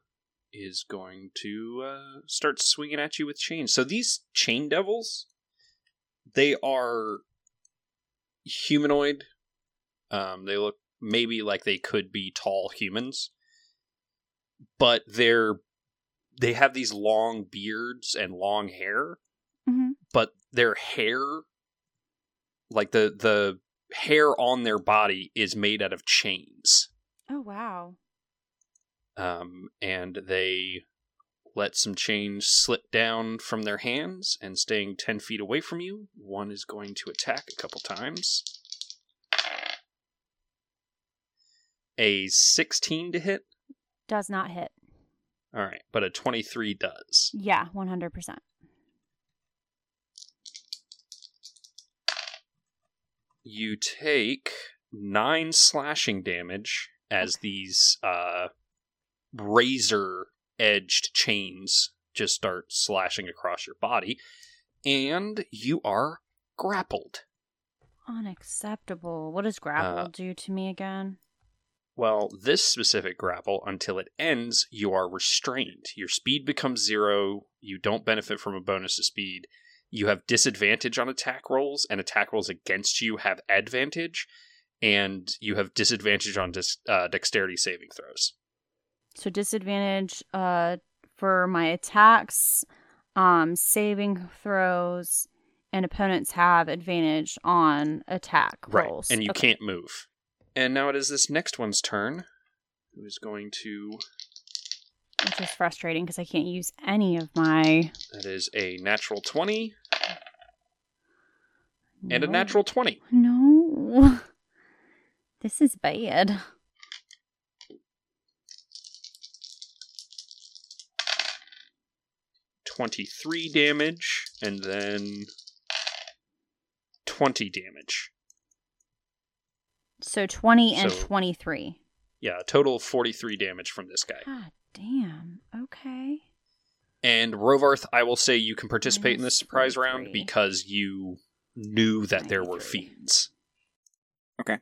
B: is going to uh, start swinging at you with chains. So these Chain Devils, they are humanoid. Um, they look maybe like they could be tall humans, but they're they have these long beards and long hair
D: Mm-hmm.
B: but their hair like the the hair on their body is made out of chains
D: Oh wow.
B: um and they let some chains slip down from their hands and staying 10 feet away from you one is going to attack a couple times a 16 to hit
D: Does not hit.
B: all right but a 23 does
D: Yeah, one hundred percent.
B: you take nine slashing damage as these uh, razor edged chains just start slashing across your body, and you are grappled.
D: Unacceptable. What does grapple
B: Uh,
D: do to me again?
B: Well, this specific grapple, until it ends, you are restrained. Your speed becomes zero. You don't benefit from a bonus to speed. You have disadvantage on attack rolls, and attack rolls against you have advantage, and you have disadvantage on dis- uh, dexterity saving throws.
D: So disadvantage uh for my attacks, um saving throws, and opponents have advantage on attack rolls.
B: And you
D: Okay.
B: can't move. And now it is this next one's turn, who is going to.
D: which is frustrating because I can't use any of my
B: That is a natural 20 and a
D: No.
B: natural 20.
D: No. This is bad.
B: twenty-three damage, and then twenty damage.
D: So 20 and
B: So-
D: 23.
B: Yeah, a total of forty-three damage from this guy.
D: God damn. Okay.
B: And Rovarth, I will say you can participate in this surprise round
D: 43.
B: because you knew that there were
D: 93.
B: fiends.
E: Okay.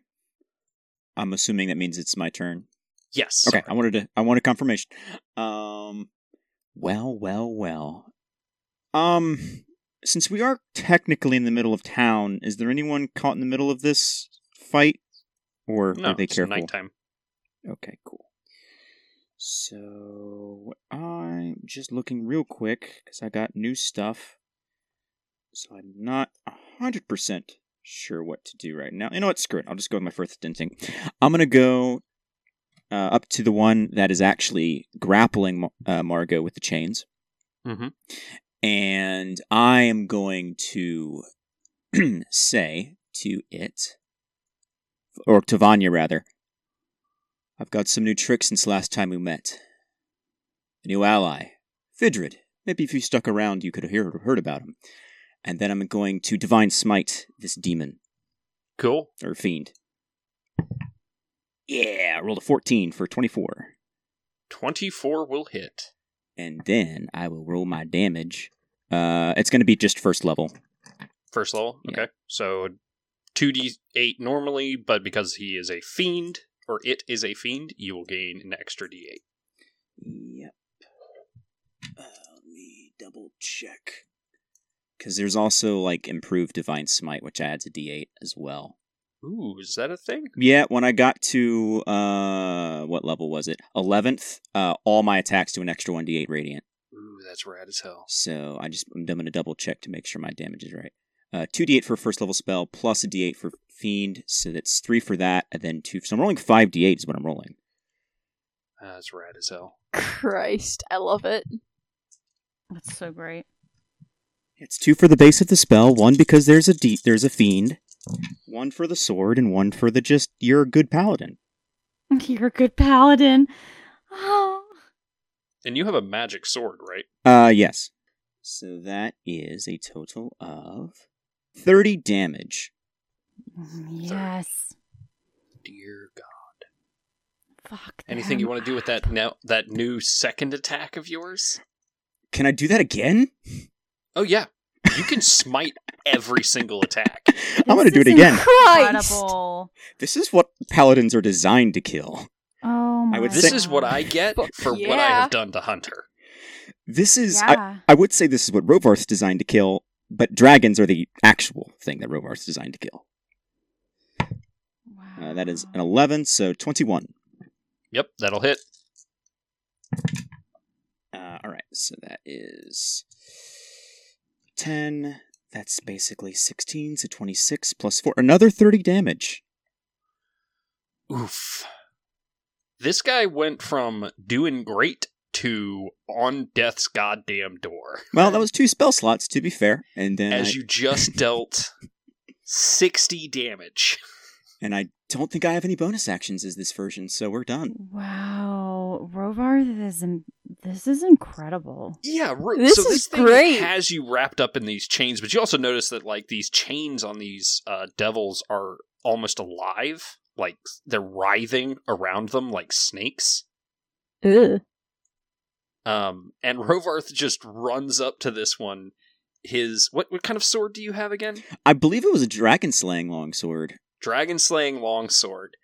E: I'm assuming that means it's my turn.
B: Yes.
E: Okay,
B: sorry.
E: I wanted to I wanted confirmation. Um well, well, well. Um since we are technically in the middle of town, is there anyone caught in the middle of this fight or
B: No,
E: are they
B: it's
E: careful?
B: nighttime.
E: Okay, cool. So I'm just looking real quick because I got new stuff. So I'm not hundred percent sure what to do right now. You know what? Screw it. I'll just go with my first instinct. I'm gonna go uh, up to the one that is actually grappling Mar- uh, Margot with the chains,
B: Mhm.
E: and I am going to say to it or to Vanya rather. I've got some new tricks since last time we met. A new ally, Vidrid. Maybe if you stuck around, you could have hear- heard about him. And then I'm going to divine smite this demon
B: Cool.
E: or fiend. Yeah, I rolled a 14 for 24.
B: 24 will hit.
E: And then I will roll my damage. Uh, it's going to be just first level.
B: First level.
E: Yeah.
B: Okay. So 2d8 normally, but because he is a fiend, or it is a fiend, you will gain an extra d8.
E: Yep. Uh, let me double check. Because there's also like improved divine smite, which adds a d8 as well.
B: Ooh, is that a thing?
E: Yeah, when I got to uh what level was it? Eleventh, uh all my attacks do an extra one D eight radiant.
B: Ooh, that's rad as hell.
E: So I just I'm gonna double check to make sure my damage is right. Uh two D eight for a first level spell plus a D eight for fiend, so that's three for that, and then two so I'm rolling five D eight is what I'm rolling.
B: That's rad as hell.
C: Christ, I love it.
D: That's so great.
E: It's two for the base of the spell, one because there's a D there's a fiend, one for the sword, and one for the just you're a good paladin.
D: You're a good paladin. Oh,
B: And you have a magic sword, right?
E: Uh yes. So that is a total of thirty damage.
D: yes.
B: Dear God.
D: Fuck.
B: Anything you want to do with that now that new second attack of yours?
E: Can I do that again?
B: Oh yeah. You can smite every single attack.
E: I'm gonna do it again.
C: Christ!
D: Incredible.
E: This is what paladins are designed to kill.
D: Oh my.
E: I would
B: This
E: say-
B: is what I get
C: Fuck
B: for what I
C: yeah.
B: have done to Hunter.
E: This is I,
D: Yeah.
E: I would say this is what Rovarth's designed to kill, but dragons are the actual thing that Rovarth's designed to kill.
D: wow.
E: Uh, that is an 11, so 21.
B: Yep, that'll hit.
E: Uh, all right, so that is 10. That's basically 16, so 26 plus 4. Another 30 damage.
B: Oof. This guy went from doing great to on death's goddamn door.
E: Well, that was two spell slots, to be fair. And then I,
B: As you just dealt 60 damage.
E: and I don't think I have any bonus actions as this version, so we're done.
D: Wow, Rovar, this is in- this is incredible.
B: Yeah, ro-
C: This
B: so this
C: is
B: thing
C: great.
B: has you wrapped up in these chains, but you also notice that like these chains on these uh, devils are almost alive, like they're writhing around them like snakes.
C: Ugh.
B: Um, and Rovarth just runs up to this one. His what what kind of sword do you have again?
E: I believe it was a dragon slaying longsword.
B: Dragon slaying longsword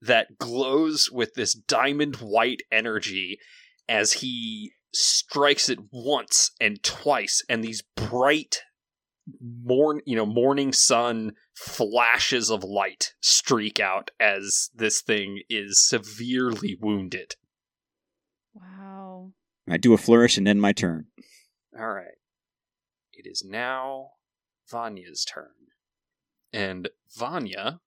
B: that glows with this diamond white energy as he strikes it once and twice, and these bright morn you know morning sun flashes of light streak out as this thing is severely wounded.
D: Wow.
E: I do a flourish and end my turn.
B: All right. It is now Vanya's turn. And Vanya,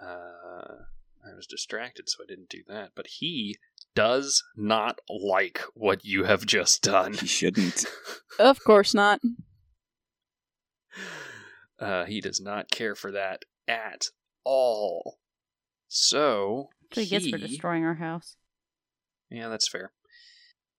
B: uh, I was distracted, so I didn't do that, but he does not like what you have just done.
E: He shouldn't.
C: Of course not.
B: Uh, he does not care for that at all. So,
D: So he gets for destroying our house.
B: Yeah, that's fair.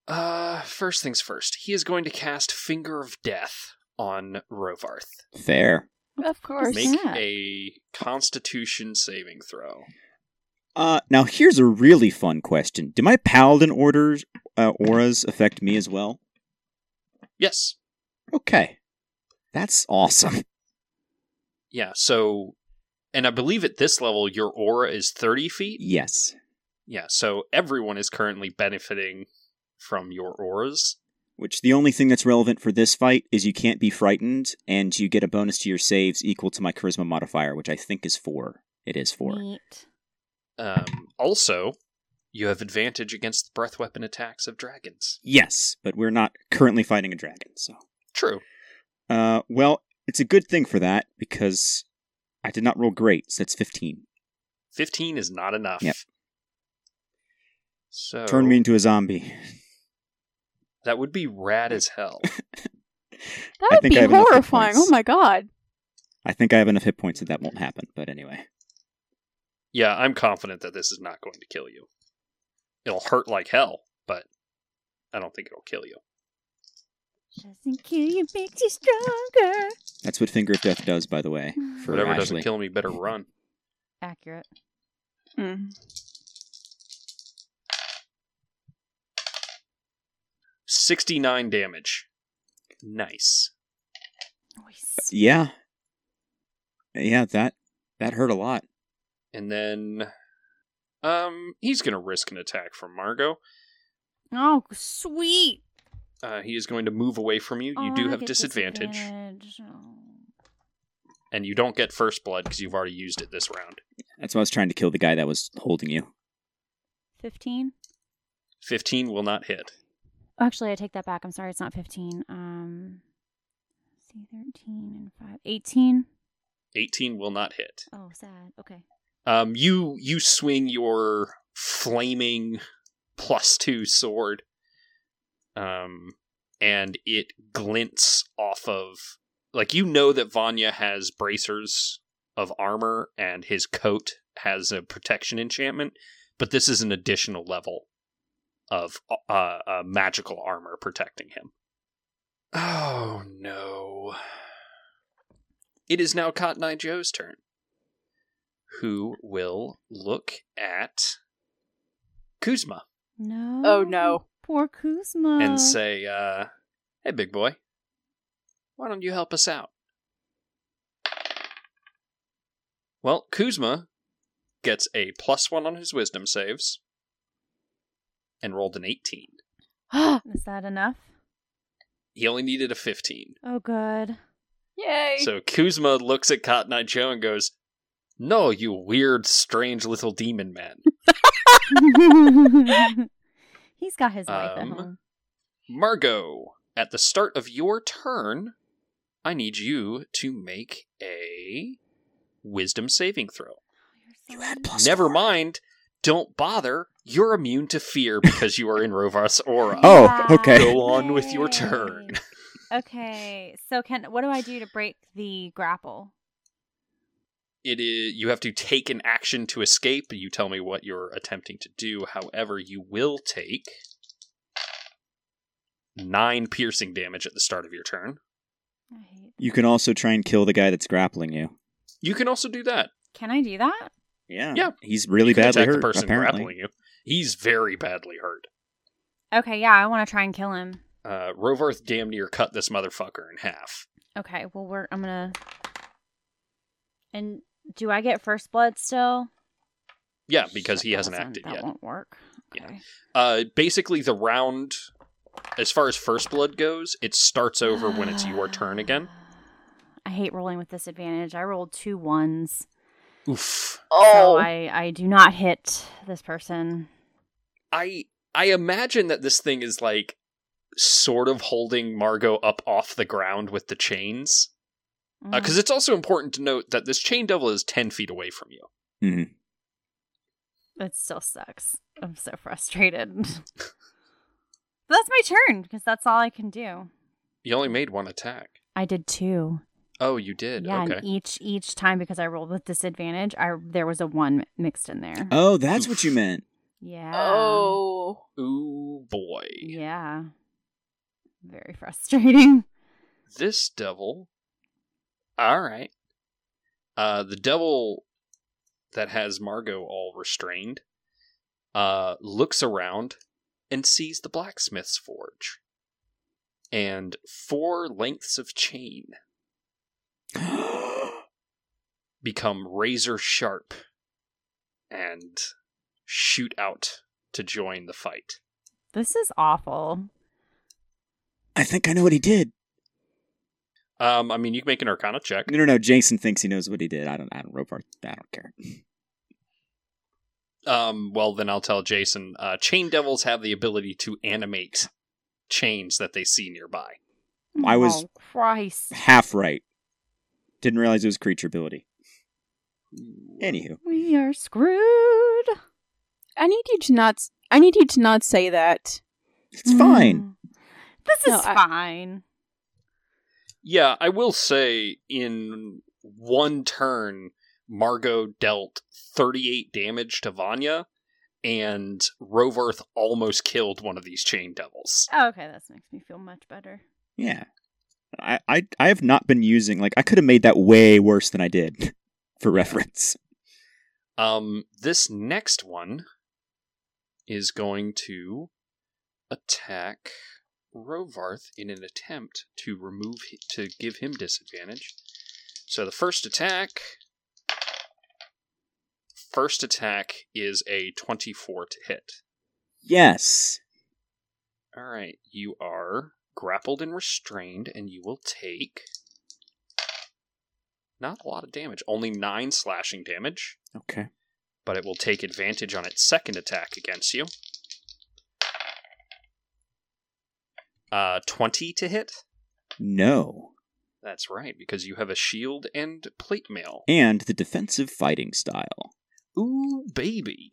B: Uh, first things first, he is going to cast Finger of Death on Rovarth.
E: Fair.
C: Of course.
D: What's
B: Make
D: that?
B: a constitution saving throw.
E: Uh, now here's a really fun question. Do my paladin orders uh, auras affect me as well?
B: Yes.
E: Okay, that's awesome.
B: Yeah, so and I believe at this level your aura is thirty feet.
E: Yes.
B: Yeah, so everyone is currently benefiting from your auras.
E: Which the only thing that's relevant for this fight is you can't be frightened, and you get a bonus to your saves equal to my charisma modifier, which I think is four. It is four.
D: Neat.
B: Um, also, you have advantage against breath weapon attacks of dragons.
E: Yes, but we're not currently fighting a dragon, so.
B: True.
E: Uh, well, it's a good thing for that because I did not roll great, so that's 15.
B: 15 is not enough.
E: Yep.
B: So
E: Turn me into a zombie.
B: that would be rad as hell.
C: That
E: I
C: would
E: think
C: be
E: I have enough hit
C: horrifying. Oh
E: points.
C: my god.
E: I think I have enough hit points that that won't happen, but anyway.
B: yeah, I'm confident that this is not going to kill you. It'll hurt like hell, but I don't think it'll kill you.
D: Doesn't kill you, makes you stronger.
E: That's what Finger of Death does, by the way, for
B: Whatever
E: Ashley.
B: doesn't kill me better run.
D: Accurate.
C: Mm.
B: Sixty nine damage. Nice.
D: Oh, Nice.
E: Yeah. Yeah, that that hurt a lot.
B: And then um he's gonna risk an attack from Margot.
D: Oh, sweet.
B: Uh, he is going to move away from you. You
D: Oh,
B: do
D: I
B: have
D: get
B: disadvantage,
D: disadvantage. Oh.
B: and you don't get first blood because you've already used it this round.
E: That's why I was trying to kill the guy that was holding you.
D: 15?
B: 15 will not hit.
D: Actually, I take that back. I'm sorry, it's not 15. Um, let's see, 13 and 5. 18?
B: 18 will not hit.
D: Oh, sad. Okay.
B: Um, you you swing your flaming plus two sword, um, and it glints off of like you know that Vanya has bracers of armor and his coat has a protection enchantment, but this is an additional level of uh, uh, magical armor protecting him. Oh no! It is now Cotton Eye Joe's turn who will look at Kuzma
D: No.
C: Oh no.
D: Poor Kuzma.
B: and say, uh, "Hey, big boy, why don't you help us out?" Well, Kuzma gets a plus one on his wisdom saves and rolled an eighteen.
D: Is that enough?
B: He only needed a fifteen,
D: Oh, good.
C: Yay.
B: so Kuzma looks at Cotton Eye Joe and goes, "No, you weird, strange little demon man."
D: He's got his life
B: Um,
D: at home.
B: Margot, at the start of your turn, I need you to make a wisdom saving throw.
E: You had plus
B: Never
E: four.
B: mind, don't bother. You're immune to fear because you are in Rovar's aura.
E: Oh, okay.
B: Go on with your turn.
D: okay. So can what do I do to break the grapple?
B: It is you have to take an action to escape. You tell me what you're attempting to do. However, you will take 9 piercing damage at the start of your turn.
D: I hate.
E: You can also try and kill the guy that's grappling you.
B: You can also do that.
D: Can I do that?
E: Yeah.
B: Yeah.
E: He's really
B: You can
E: badly
B: attack
E: hurt.
B: the person
E: apparently.
B: grappling you. He's very badly hurt.
D: Okay, yeah, I want to try and kill him.
B: Uh, Rovarth damn near cut this motherfucker in half.
D: Okay, well we're I'm gonna And do I get first blood still?
B: Yeah, because he
D: That
B: hasn't
D: doesn't-
B: acted
D: that
B: yet.
D: won't work.
B: Yeah.
D: Okay.
B: Uh, basically, the round, as far as first blood goes, it starts over when it's your turn again.
D: Ah. I hate rolling with disadvantage. I rolled two ones.
B: Oof.
D: So
C: oh.
D: I, I do not hit this person.
B: I I imagine that this thing is like sort of holding Margot up off the ground with the chains,
D: Mm.
B: because it's also important to note that this chain devil is ten feet away from you.
D: Mm, It still sucks. I'm so frustrated. but that's my turn because that's all I can do.
B: You only made one attack.
D: I did two.
B: Oh, you did.
D: yeah,
B: okay.
D: and each each time because I rolled with disadvantage, I there was a one mi- mixed in there.
E: Oh, that's what you meant.
D: yeah.
C: Oh.
B: Ooh boy.
D: Yeah. Very frustrating.
B: this devil. All right. Uh, the devil that has Margot all restrained uh, looks around and sees the blacksmith's forge and four lengths of chain become razor sharp and shoot out to join the fight.
D: This is awful.
E: I think I know what he did.
B: Um, I mean, you can make an Arcana check.
E: No, no, no. Jason thinks he knows what he did. I don't. I don't. Ropar. I don't care.
B: Um, well, then I'll tell Jason. Uh, chain devils have the ability to animate chains that they see nearby.
E: I was-
D: Oh, Christ.
E: Half right. Didn't realize it was creature ability. Anywho,
D: We are screwed.
C: I need you to not. s- I need you to not say that.
E: it's
D: Hmm.
E: fine.
D: Mm. This is
C: No, I-
D: fine.
B: Yeah, I will say in one turn, Margot dealt 38 damage to Vanya, and Rovarth almost killed one of these chain devils.
D: Oh, okay, this makes me feel much better.
E: Yeah. I, I I have not been using like I could have made that way worse than I did for reference.
B: Um, this next one is going to attack Rovarth in an attempt to remove hi- to give him disadvantage. So the first attack, first attack is a twenty-four to hit.
E: Yes.
B: All right, you are grappled and restrained, and you will take not a lot of damage, only nine slashing damage.
E: Okay.
B: but it will take advantage on its second attack against you. Uh, 20 to hit?
E: No.
B: That's right, because you have a shield and plate mail.
E: And the defensive fighting style.
B: Ooh, baby.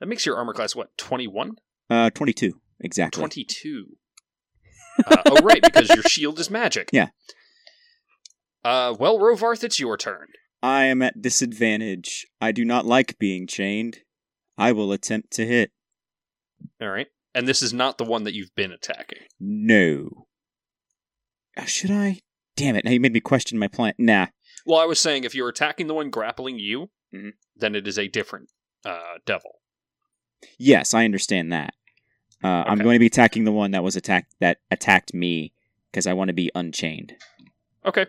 B: That makes your armor class, what, 21?
E: Uh, twenty two exactly.
B: 22. Uh, oh, right, because your shield is magic.
E: Yeah.
B: Uh, well, Rovarth, it's your turn.
E: I am at disadvantage. I do not like being chained. I will attempt to hit.
B: All right. And this is not the one that you've been attacking.
E: No. Uh, Should I? Damn it! Now you made me question my plan. Nah.
B: Well, I was saying if you're attacking the one grappling you,
E: Mhm.
B: then it is a different uh, devil.
E: Yes, I understand that. Uh, I'm
B: Okay.
E: going to be attacking the one that was attacked that attacked me because I want to be unchained.
B: Okay.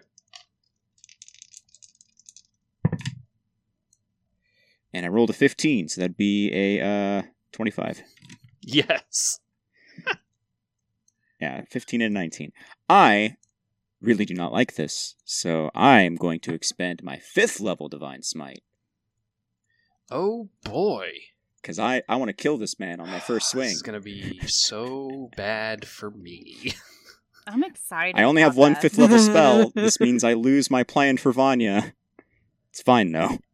E: and I rolled a 15, so that'd be a uh, 25.
B: Yes.
E: Yeah, 15 and 19. I really do not like this, so I am going to expend my fifth level Divine Smite
B: Oh boy.
E: because I, I want to kill this man on my first swing.
B: This is gonna be so bad for me.
D: I'm excited.
E: I only have
D: about
E: one
D: this.
E: fifth level spell. This means I lose my plan for Vanya. It's fine though.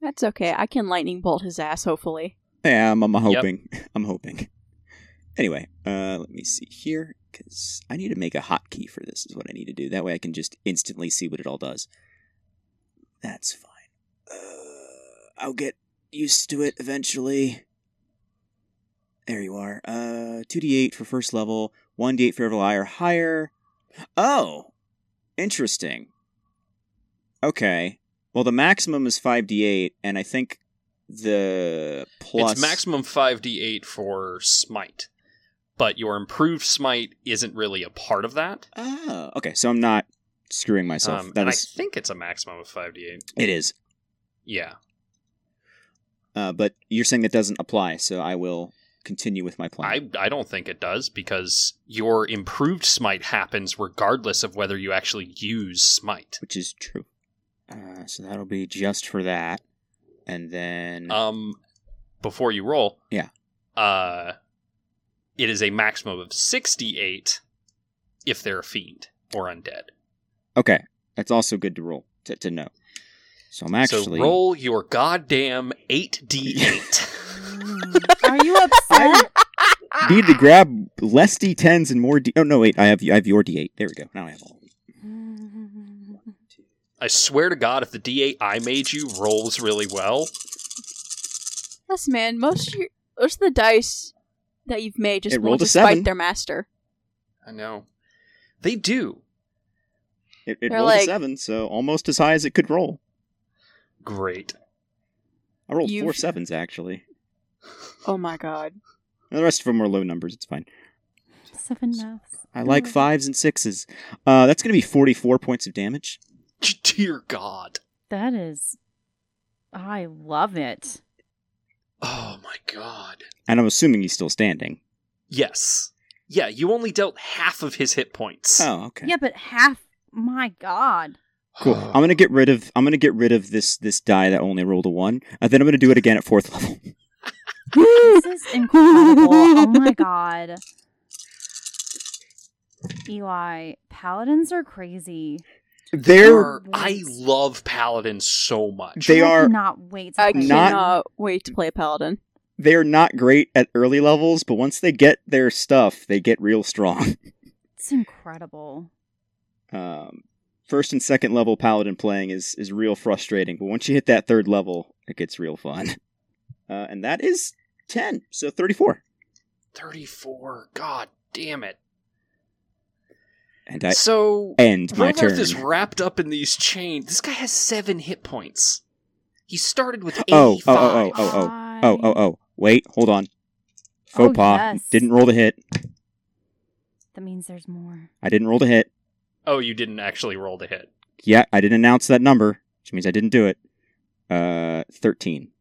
C: That's okay. I can lightning bolt his ass. Hopefully.
E: Yeah, I'm, I'm
B: Yep.
E: hoping. I'm hoping. Anyway, uh, let me see here because I need to make a hotkey for this. Is what I need to do. That way, I can just instantly see what it all does. That's fine. Uh, I'll get used to it eventually. There you are. Uh, two d eight for first level. One d eight for every eye or higher. Oh, interesting. Okay. Well, the maximum is five d eight, and I think the plus
B: It's maximum five d eight for smite, but your improved smite isn't really a part of that.
E: Oh, okay. So I'm not screwing myself.
B: Um,
E: that
B: and
E: is,
B: I think it's a maximum of five d eight.
E: it is.
B: Yeah.
E: Uh, but you're saying that doesn't apply, so I will continue with my plan.
B: I I don't think it does because your improved smite happens regardless of whether you actually use smite.
E: which is true. Uh, so that'll be just for that, and then
B: Um, before you roll,
E: Hmm. Yeah.
B: Uh, it is a maximum of sixty-eight if they're a fiend or undead.
E: okay, that's also good to roll to, to know. So I'm actually
B: so roll your goddamn eight d eight.
D: Mm. Are you upset?
E: need to grab less d10s and more d. Oh no, wait, I have I have your d8. There we go. Now I have all. of them.
B: I swear to God, if the d eight I made you rolls really well,
C: Listen, man. Most of your, most of the dice that you've made just
E: It
C: want
E: rolled a
C: to spite
E: seven.
C: their master.
B: I know they do.
E: It, it
C: They're
E: rolled a
C: like-
E: seven, so almost as high as it could roll.
B: Great.
E: I rolled four
C: You've-
E: sevens actually.
C: Oh my god.
E: The rest of them were low numbers. It's fine.
D: Seven mouths.
E: Mm-hmm. I like fives and sixes. Uh, that's going to be 44 points of damage.
B: Dear God.
D: That is. I love it.
B: Oh my God.
E: And I'm assuming he's still standing.
B: Yes. Yeah, you only dealt half of his hit points.
E: Oh, okay.
D: Yeah, but half. My God.
E: Cool. I'm gonna get rid of I'm gonna get rid of this this die that only rolled a one, and then I'm gonna do it again at fourth level.
D: This is incredible. oh my God. Eli, paladins are crazy.
E: They're
B: Or, I love paladins so much.
E: They
D: I
E: are
D: cannot wait to
C: I
D: play
E: Not-
C: cannot wait to play a paladin.
E: they're not great at early levels, but once they get their stuff, they get real strong.
D: It's incredible.
E: Um, first and second level paladin playing is is real frustrating, but once you hit that third level, it gets real fun. Uh, and that is ten, so thirty four.
B: 34. God damn it.
E: And I
B: so,
E: end my
B: Rogarth
E: turn.
B: is wrapped up in these chains. This guy has seven hit points. He started with 85.
E: Oh, oh, oh, oh, oh,
C: Uh,
D: I-
E: Oh, oh, oh! Wait, hold on. Faux
D: Um, Oh,
E: pas.
D: yes.
E: Didn't roll the hit.
D: That means there's more.
E: I didn't roll the hit.
B: Oh, you didn't actually roll to hit.
E: Yeah, I didn't announce that number, which means I didn't do it. Uh, thirteen.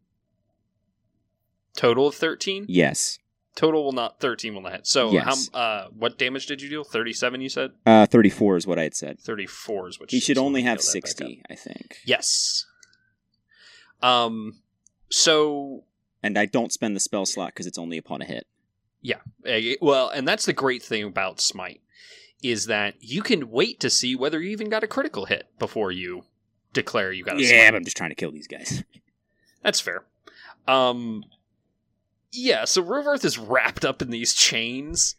B: Total of 13?
E: Yes. Total
B: Total will not 13 will not hit. So,
E: Yes.
B: how uh what damage did you deal? 37 you said?
E: Uh, thirty-four is what I had said.
B: 34 is what
E: He should
B: so let
E: only
B: me
E: have
B: dial that back up.
E: sixty, I think.
B: Yes. Um so
E: And I don't spend the spell slot because it's only upon a hit.
B: Eh, Well, and that's the great thing about Smite is that you can wait to see whether you even got a critical hit before you declare you got a
E: Yeah, but
B: smite.
E: I'm just trying to kill these guys.
B: That's fair. Um Yeah, so Rovarth is wrapped up in these chains,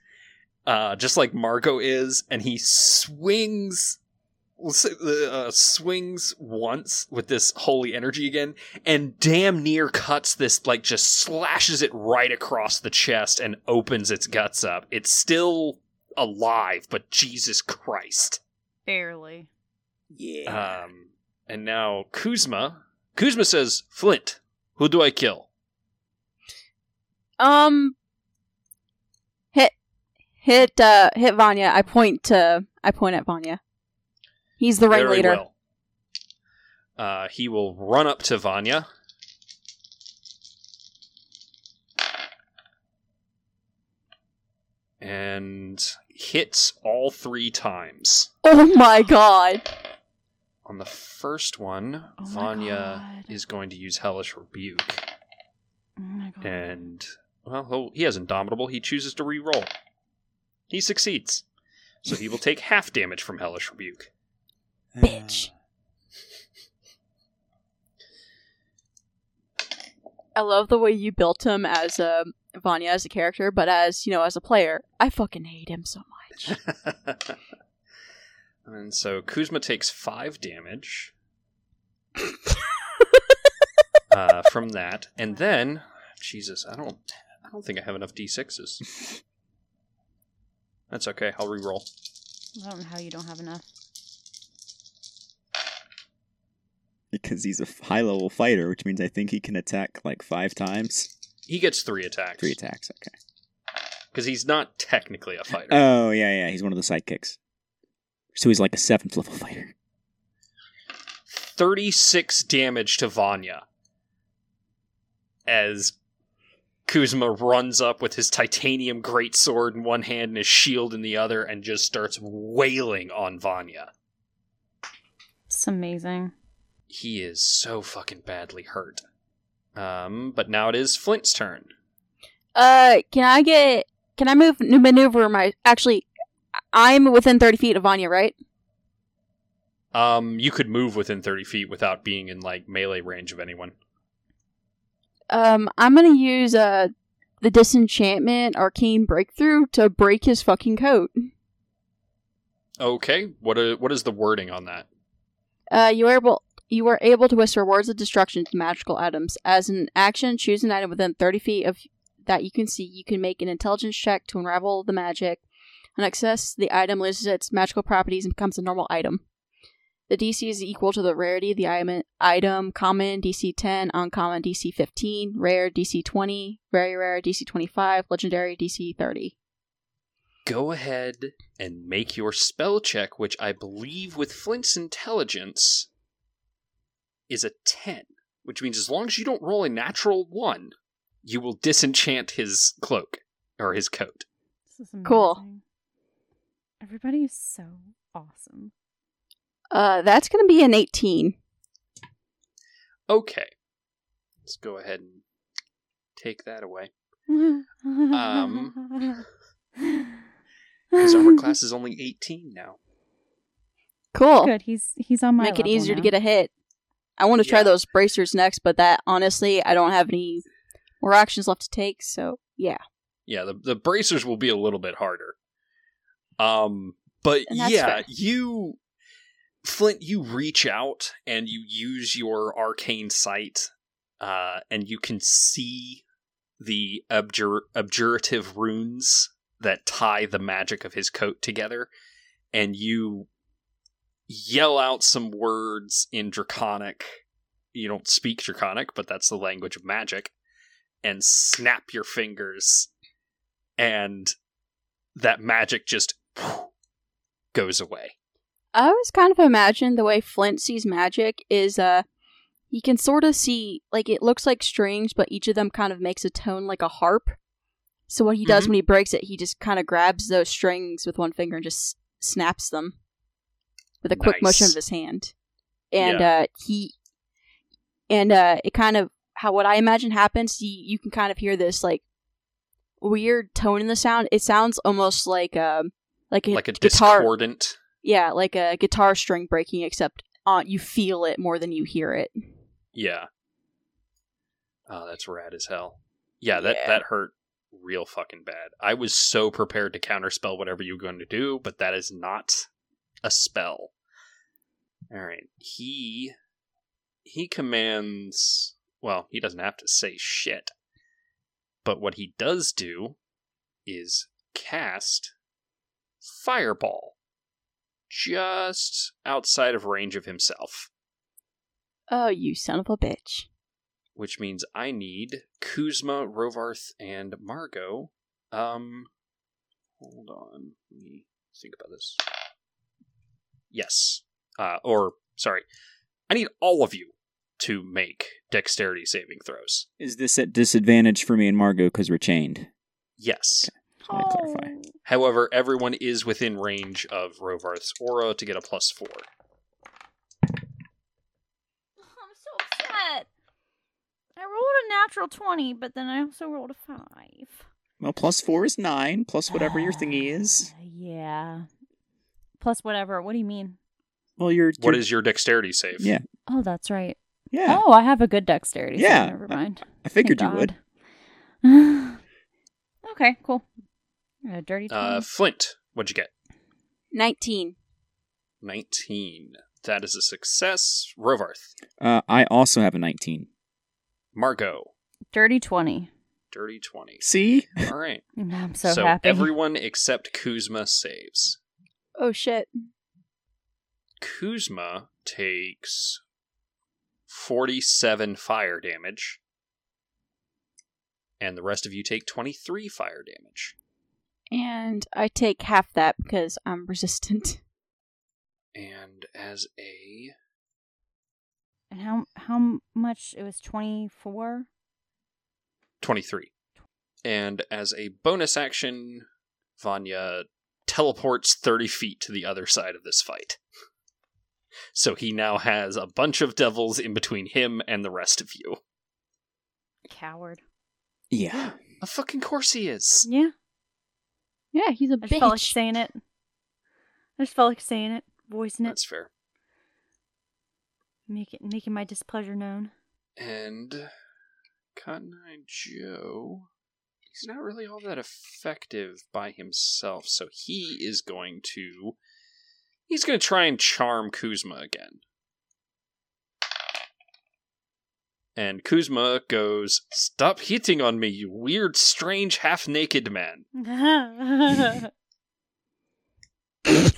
B: uh, just like Marco is, and he swings we'll say, uh, swings once with this holy energy again, and damn near cuts this, like just slashes it right across the chest and opens its guts up. It's still alive, but Jesus Christ.
D: Barely.
E: Yeah.
B: Um, and now Kuzma. Kuzma says, Flint, who do I kill?
C: Um, hit, hit, uh, hit Vanya. I point to, I point at Vanya. He's the
B: Very
C: ringleader.
B: well. Uh, he will run up to Vanya. And hits all three times.
C: Oh my god!
B: On the first one,
D: Oh my
B: Vanya
D: God.
B: is going to use Hellish Rebuke.
D: Oh my god.
B: And, well, oh, he has Indomitable. He chooses to re roll. He succeeds. So he will take half damage from Hellish Rebuke.
C: bitch. I love the way you built him as a Vanya as a character, but as you know, as a player, I fucking hate him so much.
B: and so Kuzma takes five damage uh, from that, and then Jesus, I don't, I don't think I have enough d sixes. That's okay. I'll re-roll.
D: I don't know how you don't have enough.
E: Because he's a high level fighter, which means I think he can attack like five times.
B: He gets three attacks
E: Three attacks, okay.
B: because he's not technically a fighter.
E: Oh, yeah, yeah, he's one of the sidekicks. So he's like a seventh level fighter.
B: Thirty-six damage to Vanya as Kuzma runs up with his titanium greatsword in one hand and his shield in the other, and just starts wailing on Vanya.
D: It's amazing.
B: he is so fucking badly hurt. Um, but now it is Flint's turn.
C: uh, can I get? Can I move maneuver my? Actually, I'm within thirty feet of Vanya, right?
B: Um, you could move within thirty feet without being in like melee range of anyone.
C: Um, I'm gonna use uh the disenchantment arcane breakthrough to break his fucking coat.
B: Okay, what uh what is the wording on that?
C: Uh, you are able you are able to whisper words of destruction to magical items. As an action, choose an item within thirty feet of that you can see. You can make an intelligence check to unravel the magic. On access, the item loses its magical properties and becomes a normal item. The DC is equal to the rarity of the item, item common DC 10, uncommon DC 15, rare DC 20, very rare DC 25, legendary DC 30.
B: go ahead and make your spell check, which I believe with Flint's intelligence is a 10, which means as long as you don't roll a natural 1, you will disenchant his cloak or his coat.
D: This is amazing.
C: Cool.
D: Everybody is so awesome.
C: Uh, that's gonna be an eighteen.
B: Okay. Let's go ahead and take that away.
D: um.
B: His armor class is only 18 now.
C: Cool.
D: Good. He's he's on
C: Oh.
D: my.
C: Make it
D: level
C: easier
D: now.
C: to get a hit. I want to try
B: Yeah.
C: those bracers next, but that honestly, I don't have any more actions left to take. So yeah,
B: Yeah, the, the bracers will be a little bit harder. Um, but
C: And that's
B: yeah,
C: fair.
B: you, Flint, you reach out and you use your arcane sight, uh, and you can see the abjur- abjurative runes that tie the magic of his coat together, and you yell out some words in Draconic. You don't speak Draconic, but that's the language of magic, and snap your fingers, and that magic just goes away.
C: I always kind of imagine the way Flint sees magic is uh, you can sort of see like it looks like strings, but each of them kind of makes a tone like a harp. So what he does
B: Mhm.
C: when he breaks it, he just kind of grabs those strings with one finger and just snaps them with a quick motion
B: Nice.
C: of his hand. And uh, he and uh, it kind of how what I imagine happens. You, you can kind of hear this like weird tone in the sound. It sounds almost like um like a
B: like a
C: guitar.
B: discordant.
C: Yeah, like a guitar string breaking, except uh, you feel it more than you hear it.
B: Yeah. Oh, that's rad as hell. Yeah, that
C: Yeah.
B: that hurt real fucking bad. I was so prepared to counterspell whatever you were going to do, but that is not a spell. All right, he he commands. Well, he doesn't have to say shit, but what he does do is cast fireball just outside of range of himself.
C: Oh, you son of a bitch.
B: which means I need Kuzma, Rovarth, and Margot. Um, hold on, let me think about this. Yes, uh, or sorry, I need all of you to make dexterity saving throws.
E: Is this at disadvantage for me and Margot because we're chained?
B: Yes.
E: Just wanna
D: Oh.
E: clarify.
B: However, everyone is within range of Rovarth's aura to get a plus four.
D: I'm so upset. I rolled a natural 20, but then I also rolled a 5.
E: Well, plus four is nine, plus whatever your thingy is.
D: Ah, yeah. Plus whatever. What do you mean?
E: Well, your,
B: What is your dexterity save?
E: Yeah.
D: Oh, that's right.
E: Yeah,
D: Oh, I have a good dexterity. so
E: Yeah.
D: never mind.
E: I figured you
D: Thank
E: would.
D: God. okay, cool. A dirty 20.
B: Uh, Flint, what'd you get?
C: 19.
B: Nineteen. That is a success. Rovarth,
E: Uh, I also have a nineteen.
B: Margot,
D: dirty 20.
B: dirty twenty.
E: See,
B: All right.
D: I'm so, happy.
B: everyone except Kuzma saves.
C: Oh, shit.
B: Kuzma takes 47 fire damage. And the rest of you take 23 fire damage.
C: And I take half that because I'm resistant.
B: And as a
D: And how how much it was 24?
B: 23. And as a bonus action, Vanya teleports 30 feet to the other side of this fight. So he now has a bunch of devils in between him and the rest of you.
D: Coward.
E: yeah,
B: Of fucking course he is.
D: Yeah.
C: Yeah, he's a
D: I just
C: bitch.
D: felt like saying it. I just felt like saying it, voicing it,
B: That's fair.
D: make it making my displeasure known.
B: And Cotton Eye Joe, he's not really all that effective by himself, so he is going to. He's going to try and charm Kuzma again. And Kuzma goes, Stop hitting on me, you weird, strange, half naked man. Because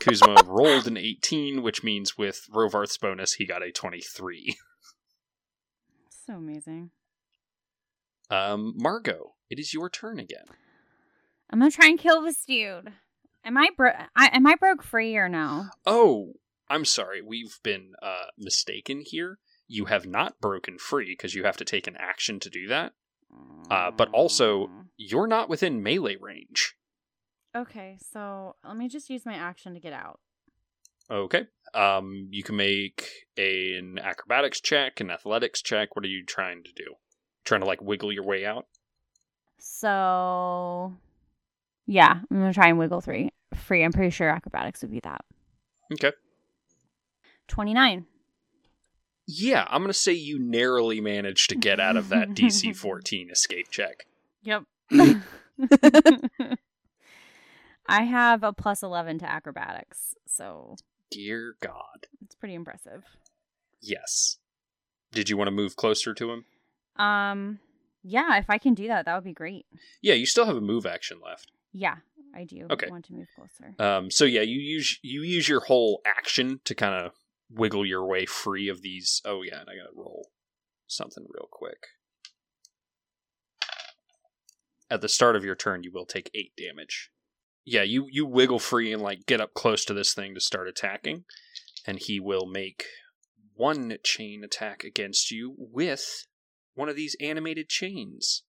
B: Kuzma rolled an 18, which means with Rovarth's bonus, he got a 23.
D: so amazing.
B: Um, Margot, it is your turn again.
D: I'm gonna try and kill this dude. Am I bro? I, am I broke free or no?
B: Oh, I'm sorry. We've been uh, mistaken here. You have not broken free because you have to take an action to do that. Uh, but also-
D: Mm,
B: You're not within melee range.
D: okay. So let me just use my action to get out.
B: Okay. Um, you can make an acrobatics check, an athletics check. What are you trying to do? Trying to like wiggle your way out?
D: So, yeah, I'm gonna try and wiggle three free. I'm pretty sure acrobatics would be that.
B: Okay.
D: Twenty nine.
B: Yeah, I'm gonna say you narrowly managed to get out of that DC 14 escape check.
D: Yep. I have a plus eleven to acrobatics, so
B: Dear God.
D: it's pretty impressive.
B: Yes. Did you want to move closer to him?
D: Um, yeah, if I can do that, that would be great.
B: Yeah, you still have a move action left.
D: Yeah, I do
B: Okay.
D: want to move closer.
B: Um, so yeah, you use you use your whole action to kind of wiggle your way free of these. Oh yeah, and I gotta roll something real quick. At the start of your turn, you will take eight damage. Yeah, you you wiggle free and like get up close to this thing to start attacking, and he will make one chain attack against you with one of these animated chains.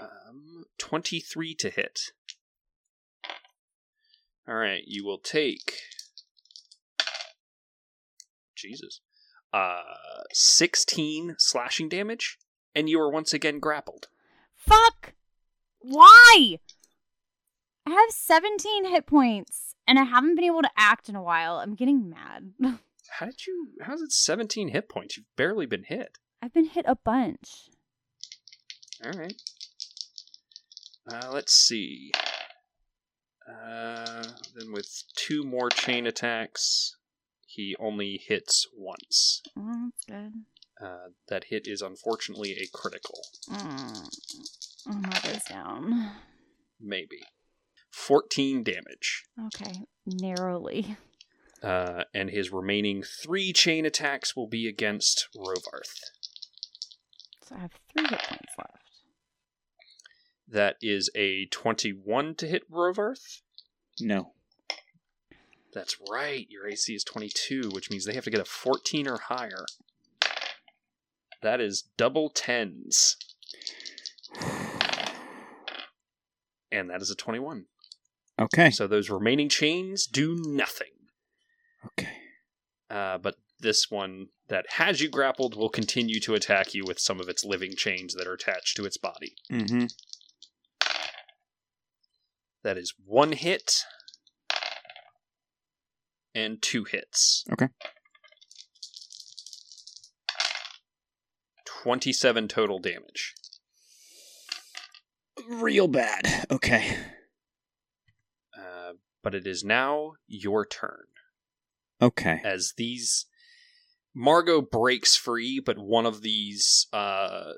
B: Um, twenty three to hit. All right, you will take Jesus. Uh 16 slashing damage and you are once again grappled.
D: Fuck! Why? I have 17 hit points and I haven't been able to act in a while. I'm getting mad.
B: How did you how's it 17 hit points? You've barely been hit.
D: I've been hit a bunch.
B: All right. Uh, let's see. Uh, then with two more chain attacks, he only hits once.
D: Mm, that's good.
B: Uh, that hit is unfortunately a critical.
D: Mm. Oh, my goes down.
B: Maybe. 14 damage.
D: Okay, narrowly.
B: Uh, and his remaining three chain attacks will be against Rovarth.
D: So I have three hit points left.
B: That is a 21 to hit Rovarth.
E: No.
B: That's right, your AC is 22, which means they have to get a 14 or higher. That is double tens. And that is a 21.
E: Okay.
B: So those remaining chains do nothing.
E: Okay.
B: Uh, but this one that has you grappled will continue to attack you with some of its living chains that are attached to its body.
E: Mm-hmm.
B: That is one hit and two hits.
E: Okay.
B: 27 total damage.
E: Real bad. Okay.
B: Uh, but it is now your turn.
E: Okay.
B: As these. Margot breaks free, but one of these uh,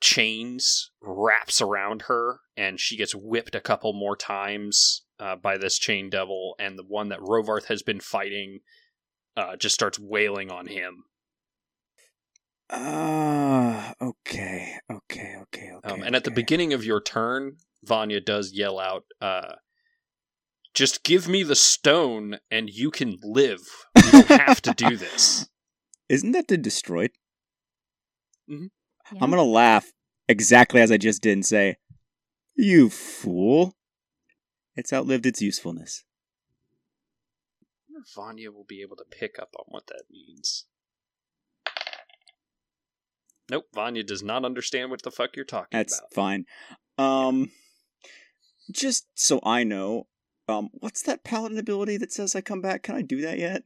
B: chains wraps around her, and she gets whipped a couple more times uh, by this chain devil. And the one that Rovarth has been fighting uh, just starts wailing on him.
E: Ah. okay. Okay. Okay. Okay.
B: Um, and at the
E: okay.
B: beginning of your turn, Vanya does yell out, uh, "Just give me the stone, and you can live. You don't have to do this."
E: Isn't that the destroyed?
D: Yeah.
E: I'm gonna laugh exactly as I just did and say, "You fool! It's outlived its usefulness."
B: I wonder if Vanya will be able to pick up on what that means. Nope, Vanya does not understand what the fuck you're talking
E: That's
B: about.
E: fine. Um, just so I know, um, what's that paladin ability that says I come back? Can I do that yet?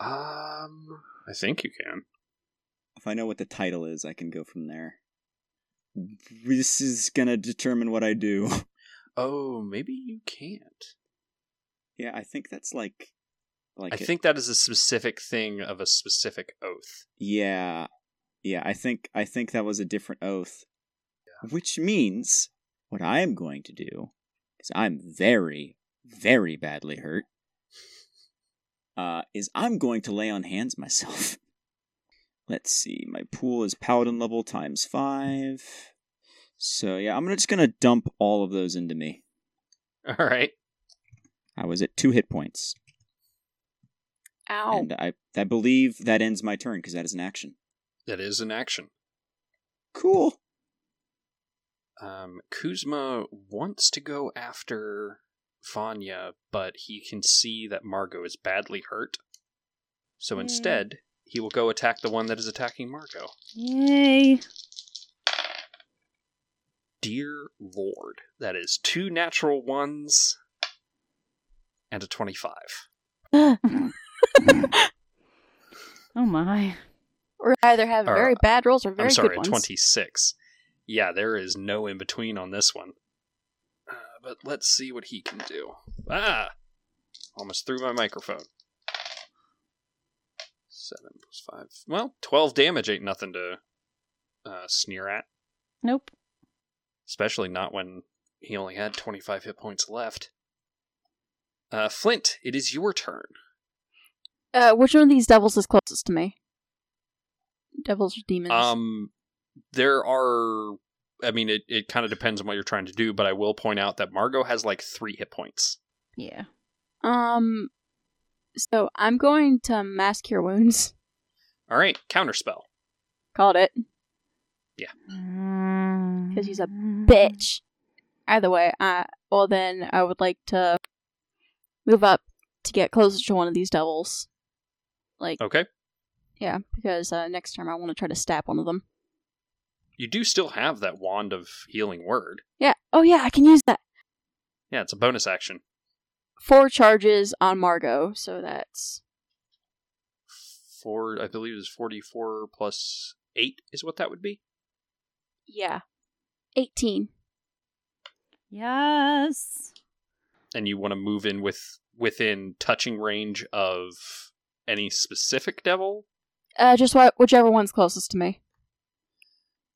B: Um, I think you can.
E: If I know what the title is, I can go from there. This is gonna determine what I do.
B: Oh, maybe you can't.
E: yeah, I think that's like, like
B: I
E: it-
B: think that is a specific thing of a specific oath.
E: Yeah. Yeah, I think I think that was a different oath. Which means what I am going to do is I'm very very badly hurt. Uh is I'm going to lay on hands myself. Let's see. My pool is paladin level times 5. So yeah, I'm gonna- just gonna dump all of those into me.
B: All right.
E: I was at two hit points,
C: Ow.
E: and I I believe that ends my turn because that is an action.
B: That is an action.
E: Cool.
B: Um, Kuzma wants to go after Vanya, but he can see that Margot is badly hurt. So
D: Yay.
B: instead, he will go attack the one that is attacking Margot.
D: Yay.
B: Dear Lord, that is two natural ones and a 25.
D: Oh my.
C: Or either have
B: Or,
C: very bad rolls or very
B: I'm sorry,
C: good
B: a
C: ones.
B: 26. Yeah, there is no in between on this one. Uh, but let's see what he can do. Ah! Almost threw my microphone. 7 plus 5. Well, 12 damage ain't nothing to uh, sneer at,
D: Nope.
B: especially not when he only had 25 hit points left. Uh, Flint, it is your turn.
C: Uh, which one of these devils is closest to me? Devils or demons?
B: Um, there are. I mean, it, it kind of depends on what you're trying to do, but I will point out that Margot has like three hit points.
D: Yeah.
C: Um, so I'm going to mass cure wounds.
B: All right, counterspell.
C: Called it,
D: Because
C: he's a
D: Mm.
C: bitch. Either way, I well then I would like to move up to get closer to one of these devils. Like
B: Okay.
C: yeah, because uh, next time I want to try to stab one of them.
B: You do still have that wand of healing word.
C: Yeah. Oh yeah, I can use that.
B: Yeah, it's a bonus action.
C: Four charges on Margot, so that's
B: Four, I believe, is forty-four plus eight is what that would be.
C: yeah, eighteen.
D: Yes.
B: And you want to move in with within touching range of any specific devil.
C: Uh, just wh- whichever one's closest to me.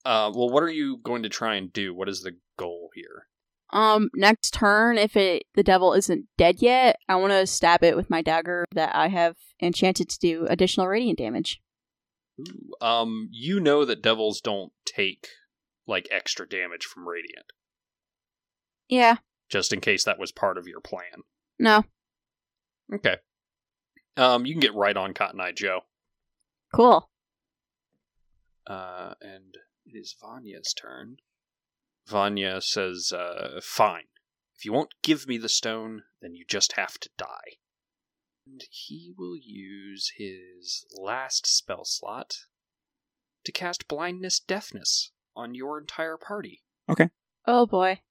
B: Uh, well, what are you going to try and do? What is the goal here?
C: Um, next turn, if it the devil isn't dead yet, I want to stab it with my dagger that I have enchanted to do additional radiant damage.
B: Ooh, um, you know that devils don't take like extra damage from radiant,
C: Yeah,
B: just in case that was part of your plan.
C: no,
B: Okay. Um, you can get right on Cotton Eye Joe.
C: cool.
B: Uh, and it is Vanya's turn. Vanya says, uh, "Fine. If you won't give me the stone, then you just have to die." And he will use his last spell slot to cast blindness deafness on your entire party.
C: Oh boy,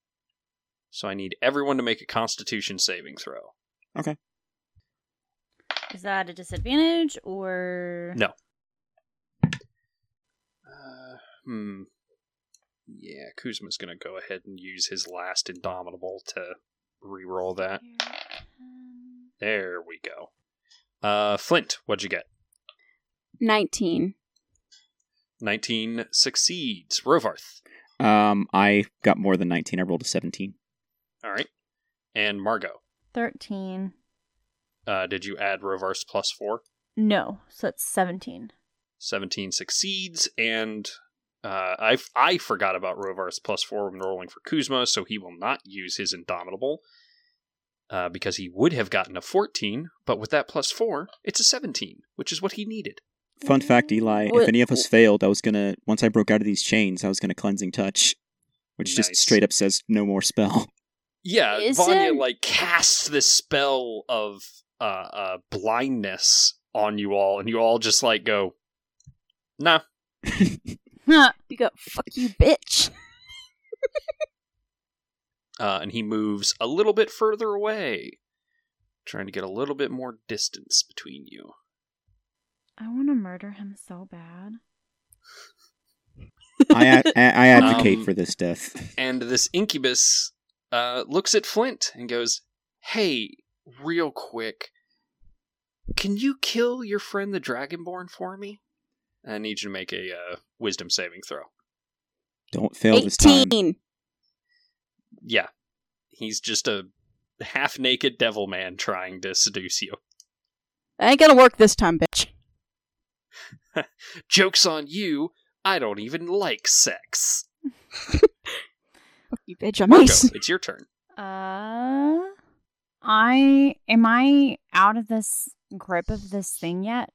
B: So I need everyone to make a constitution saving throw.
D: Is that a disadvantage or
B: No. Uh, hmm. Yeah, Kuzma's going to go ahead and use his last Indomitable to re-roll that. There we go. Uh, Flint, what'd you get?
C: nineteen.
B: 19 succeeds. Rovarth.
E: Um, I got more than 19. I rolled a 17.
B: All right. And Margot,
D: Thirteen.
B: uh, did you add Rovarth's plus four?
D: No. So it's seventeen.
B: 17 succeeds, and uh, I, I forgot about Rovar's plus four when rolling for Kuzma, so he will not use his Indomitable uh, because he would have gotten a 14, but with that plus four, it's a 17, which is what he needed.
E: Fun fact, Eli, if
C: What-
E: any of us failed, I was gonna once I broke out of these chains, I was gonna cleansing touch, which just
B: Nice.
E: straight up says no more spell.
B: Yeah,
C: Is
B: Vanya
C: there-
B: like casts this spell of uh, uh, blindness on you all, and you all just like go, nah.
D: Huh.
C: You go, fuck you, bitch.
B: Uh, and he moves a little bit further away, trying to get a little bit more distance between you.
D: I want to murder him so bad.
E: I, ad- I I advocate
B: Um,
E: for this death.
B: And this incubus uh, looks at Flint and goes, Hey, real quick, can you kill your friend the Dragonborn for me? I need you to make a uh, wisdom saving throw.
E: Don't fail this time.
C: Eighteen.
B: Yeah. He's just a half naked devil man trying to seduce you.
C: I ain't gonna work this time, bitch.
B: Joke's on you. I don't even like sex.
C: You bitch, I'm
B: Marco,
C: ace.
B: it's your turn.
D: Uh, I am I out of this grip of this thing yet?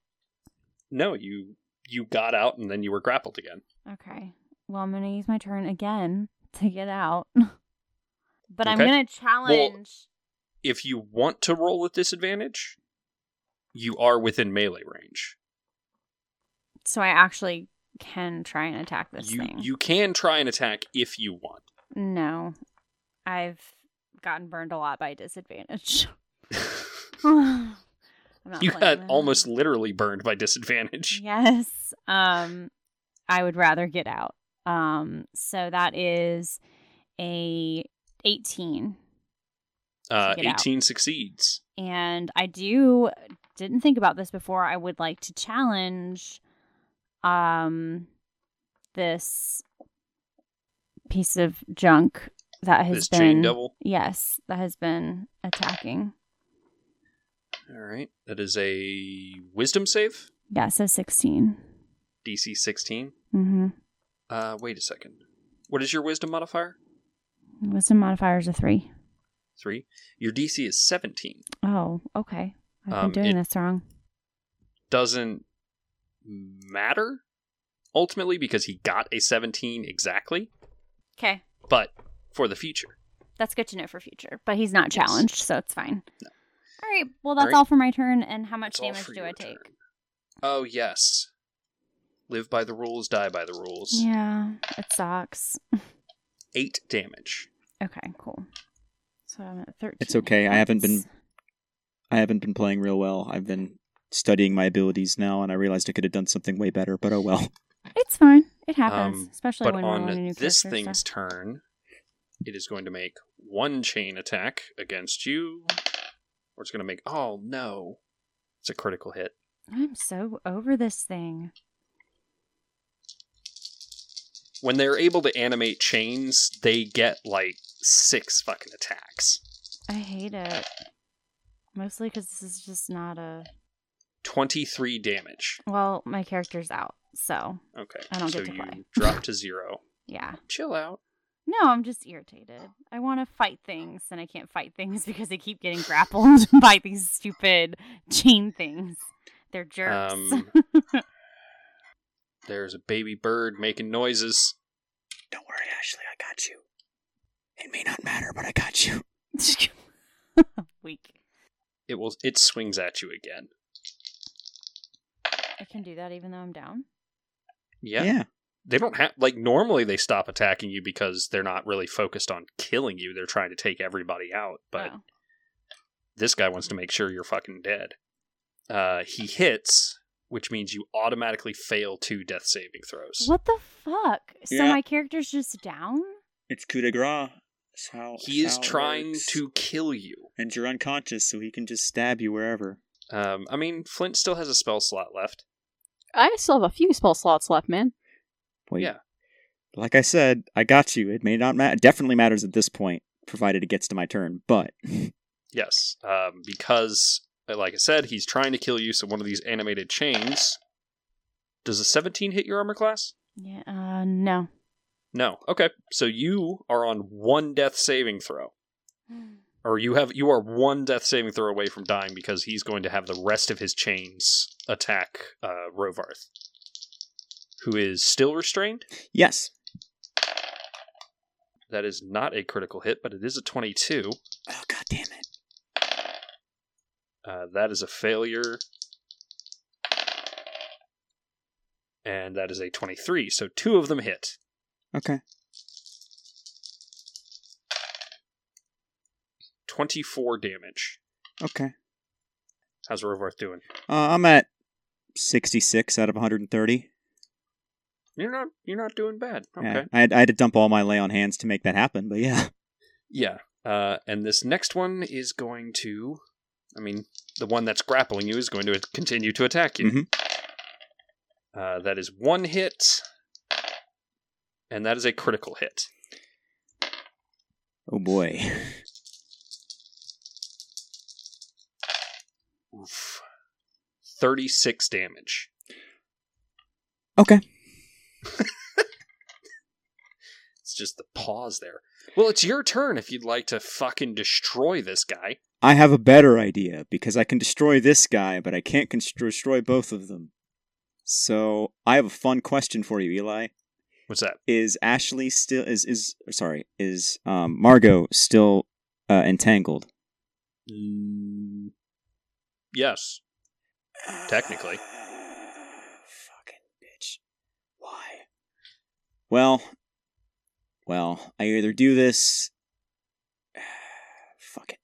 B: No, you you got out and then you were grappled again.
D: Okay. Well, I'm gonna use my turn again to get out, but I'm
B: Okay.
D: gonna challenge.
B: If you want to roll with disadvantage, you are within melee range.
D: so I actually can try and attack this
B: you
D: thing.
B: you can try and attack if you want.
D: No, I've gotten burned a lot by disadvantage. I'm not
B: you
D: playing
B: got
D: with it.
B: almost literally burned by disadvantage.
D: Yes. Um I would rather get out. Um so that is a 18
B: Uh,
D: get out.
B: 18 succeeds.
D: and I do didn't think about this before I would like to challenge um this piece of junk that has
B: This
D: been
B: chain double.
D: Yes, that has been attacking.
B: All right. That is a wisdom save,
D: Yeah, so 16.
B: DC 16.
D: Mhm.
B: Uh, wait a second. What is your wisdom modifier?
D: Wisdom modifier is a 3.
B: Three. Your DC is 17.
D: Oh, okay. I've
B: Um,
D: been doing
B: it-
D: this wrong.
B: Doesn't matter ultimately because he got a 17 exactly,
D: Okay.
B: but for the future.
D: That's good to know for future. But he's not
B: Yes.
D: challenged, so it's fine.
B: No.
D: All right. Well, that's
B: All
D: all,
B: right.
D: for my turn. And how much
B: It's all
D: damage
B: for
D: do
B: your
D: I take?
B: turn. Oh, yes. Live by the rules, die by the rules.
D: Yeah, it sucks.
B: Eight damage.
D: Okay, cool. So I'm at 13.
E: It's okay, I haven't been-
D: points.
E: I haven't been playing real well. I've been studying my abilities now, and I realized I could have done something way better, but oh well.
D: It's fine. It happens,
B: Um,
D: especially
B: But
D: when we're learning
B: on
D: new
B: this
D: character
B: thing's
D: stuff.
B: turn, it is going to make one chain attack against you. Or it's going to make. Oh, no. It's a critical hit.
D: I'm so over this thing.
B: When they're able to animate chains, they get like six fucking attacks.
D: I hate it. Mostly because this is just not a.
B: 23 damage.
D: Well, my character's out, so
B: Okay.
D: I don't
B: so
D: get to
B: you
D: play.
B: drop to zero.
D: yeah.
B: Chill out.
D: No, I'm just irritated. I want to fight things, and I can't fight things because I keep getting grappled by these stupid chain things. They're jerks.
B: Um, There's a baby bird making noises.
E: Don't worry, Ashley, I got you. It may not matter, but I got you.
D: Weak.
B: It will. It swings at you again.
D: I can do that even though I'm down.
B: Yeah. They don't have like normally they stop attacking you because they're not really focused on killing you. They're trying to take everybody out, but
D: Oh.
B: this guy wants to make sure you're fucking dead. Uh, he hits, which means you automatically fail two death saving throws.
D: What the fuck? So
E: Yeah.
D: my character's just down?
E: It's coup de grace. That's how
B: He is
E: how it
B: trying
E: works.
B: to kill you.
E: and you're unconscious, so he can just stab you wherever.
B: Um, I mean, Flint still has a spell slot left.
C: I still have a few spell slots left, man.
E: Wait,
B: Yeah.
E: Like I said, I got you. It may not matter. Definitely matters at this point, provided it gets to my turn. But
B: Yes, um, because uh, like I said, he's trying to kill you. So one of these animated chains. Does a 17 hit your armor class?
D: Yeah, uh, no.
B: No. Okay. So you are on one death saving throw. Or you have you are one death saving throw away from dying because he's going to have the rest of his chains attack uh, Rovarth, who is still restrained.
E: yes,
B: That is not a critical hit, but it is a twenty-two.
E: oh god damn it!
B: Uh, that is a failure. And that is a 23. So two of them hit.
E: Okay,
B: 24 damage.
E: okay.
B: How's Rovarth doing?
E: Uh, I'm at sixty-six out of one hundred and thirty.
B: You're not you're not doing bad. Okay.
E: Yeah, I had, I had to dump all my lay on hands to make that happen, but yeah.
B: Yeah. Uh, and this next one is going to. I mean, the one that's grappling you is going to continue to attack you.
E: Mhm.
B: Uh, that is one hit. And that is a critical hit.
E: Oh boy.
B: Oof. 36 damage.
E: Okay.
B: just the pause there. Well, it's your turn if you'd like to fucking destroy this guy.
E: I have a better idea because I can destroy this guy, but I can't const- destroy both of them. So I have a fun question for you, Eli.
B: What's that?
E: Is Ashley still is is sorry is um Margot still uh, entangled?
B: Mm, yes. Technically.
E: Fucking bitch. Why? Well, well, I either do this. Fuck it.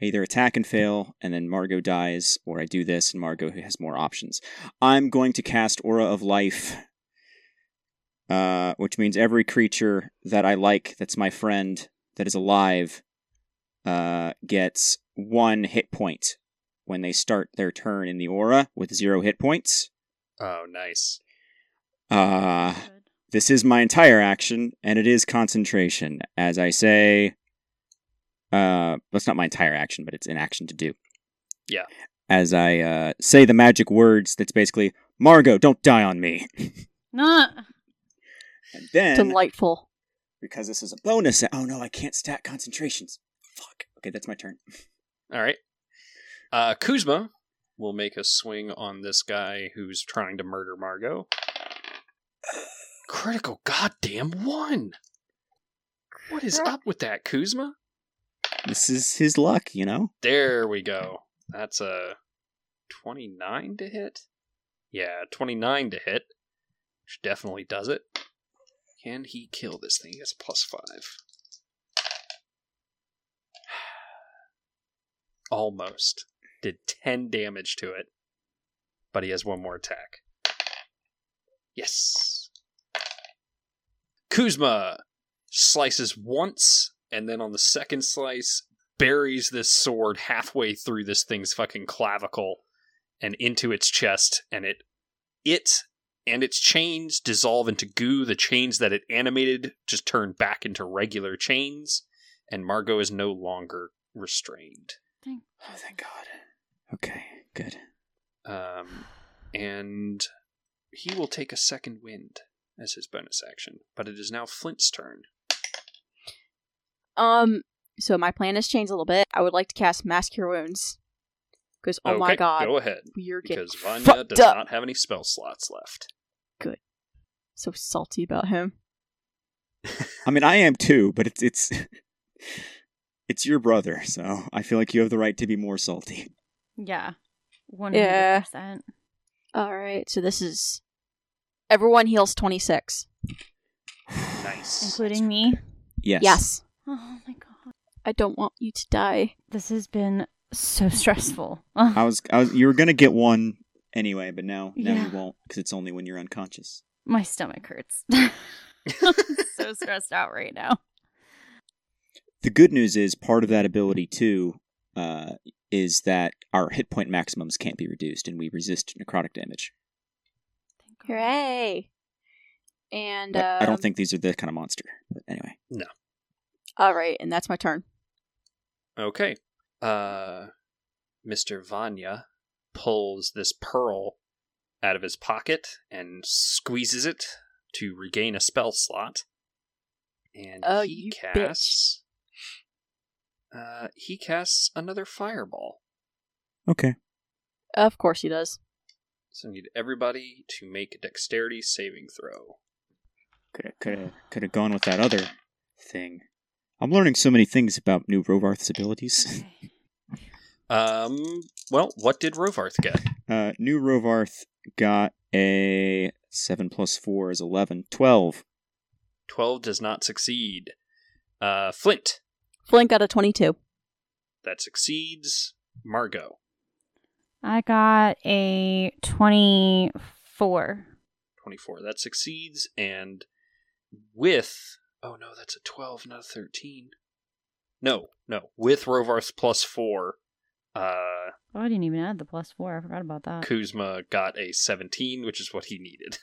E: I either attack and fail, and then Margot dies, or I do this, and Margot has more options. I'm going to cast Aura of Life, uh, which means every creature that I like, that's my friend, that is alive, uh, gets one hit point when they start their turn in the aura with zero hit points.
B: Oh, nice.
E: Uh,
D: Good.
E: this is my entire action, and it is concentration. As I say, uh, that's not my entire action, but it's an action to do.
B: Yeah.
E: As I uh, say the magic words, that's basically Margot, don't die on me.
D: Nah.
E: And then,
C: Delightful.
E: because this is a bonus, oh no, I can't stack concentrations. Fuck. Okay, that's my turn.
B: All right. Uh, Kuzma will make a swing on this guy who's trying to murder Margot. Critical goddamn one. What is up with that, Kuzma?
E: This is his luck, you know.
B: There we go. That's a 29 to hit. Yeah, 29 to hit, which definitely does it. Can he kill this thing? It's plus 5. Almost. Did 10 damage to it, but he has one more attack. Yes. Kuzma slices once, and then on the second slice, buries this sword halfway through this thing's fucking clavicle and into its chest and it it and its chains dissolve into goo the chains that it animated just turn back into regular chains and margot is no longer restrained
D: Thank-
E: Oh, thank God. Okay, good.
B: um and he will take a second wind as his bonus action but it is now flint's turn
C: Um, so my plan has changed a little bit. I would like to cast Mask Your Wounds. Because, oh my
B: Okay,
C: god,
B: go ahead
C: we're getting
B: because vanya
C: fucked
B: does
C: up.
B: not have any spell slots left
C: So salty about him.
E: I mean, I am too, but it's it's it's your brother, so I feel like you have the right to be more salty.
D: Yeah. One
C: Yeah.
D: hundred percent.
C: Alright, so this is. Everyone heals 26.
B: nice
D: Including me.
E: Yes.
C: yes.
D: Oh my god.
C: I don't want you to die.
D: This has been so stressful. Oh
E: I was, I was. You were gonna get one anyway, but now, now
D: Yeah.
E: you won't because it's only when you're unconscious.
D: My stomach hurts. I'm so stressed out right now.
E: The good news is part of that ability too uh, is that our hit point maximums can't be reduced, and we resist necrotic damage.
C: Hooray! And,
E: But
C: uh.
E: I don't think these are the kind of monster. But anyway,
C: Alright, and that's my turn.
B: Okay. Uh, Mr. Vanya pulls this pearl out of his pocket and squeezes it to regain a spell slot. And
C: Oh,
B: he
C: you bitch.
B: casts. Uh, he casts another fireball.
E: okay.
C: Of course he does.
B: So I need everybody to make a dexterity saving throw.
E: Could could have could have gone with that other thing. I'm learning so many things about new Rovarth's abilities.
D: Okay.
B: Um, well, what did Rovarth get?
E: Uh, new Rovarth got a 7 plus 4 is 11. 12.
B: 12 does not succeed. Uh, Flint,
C: Flint got a 22.
B: that succeeds. Margot,
D: I got a 24.
B: 24 that succeeds and with oh no that's a 12 not a 13 no no with rovarth plus 4 uh
D: Oh, I didn't even add the plus four. I forgot about
C: Uh,
D: that.
B: kuzma got a 17 which is what he needed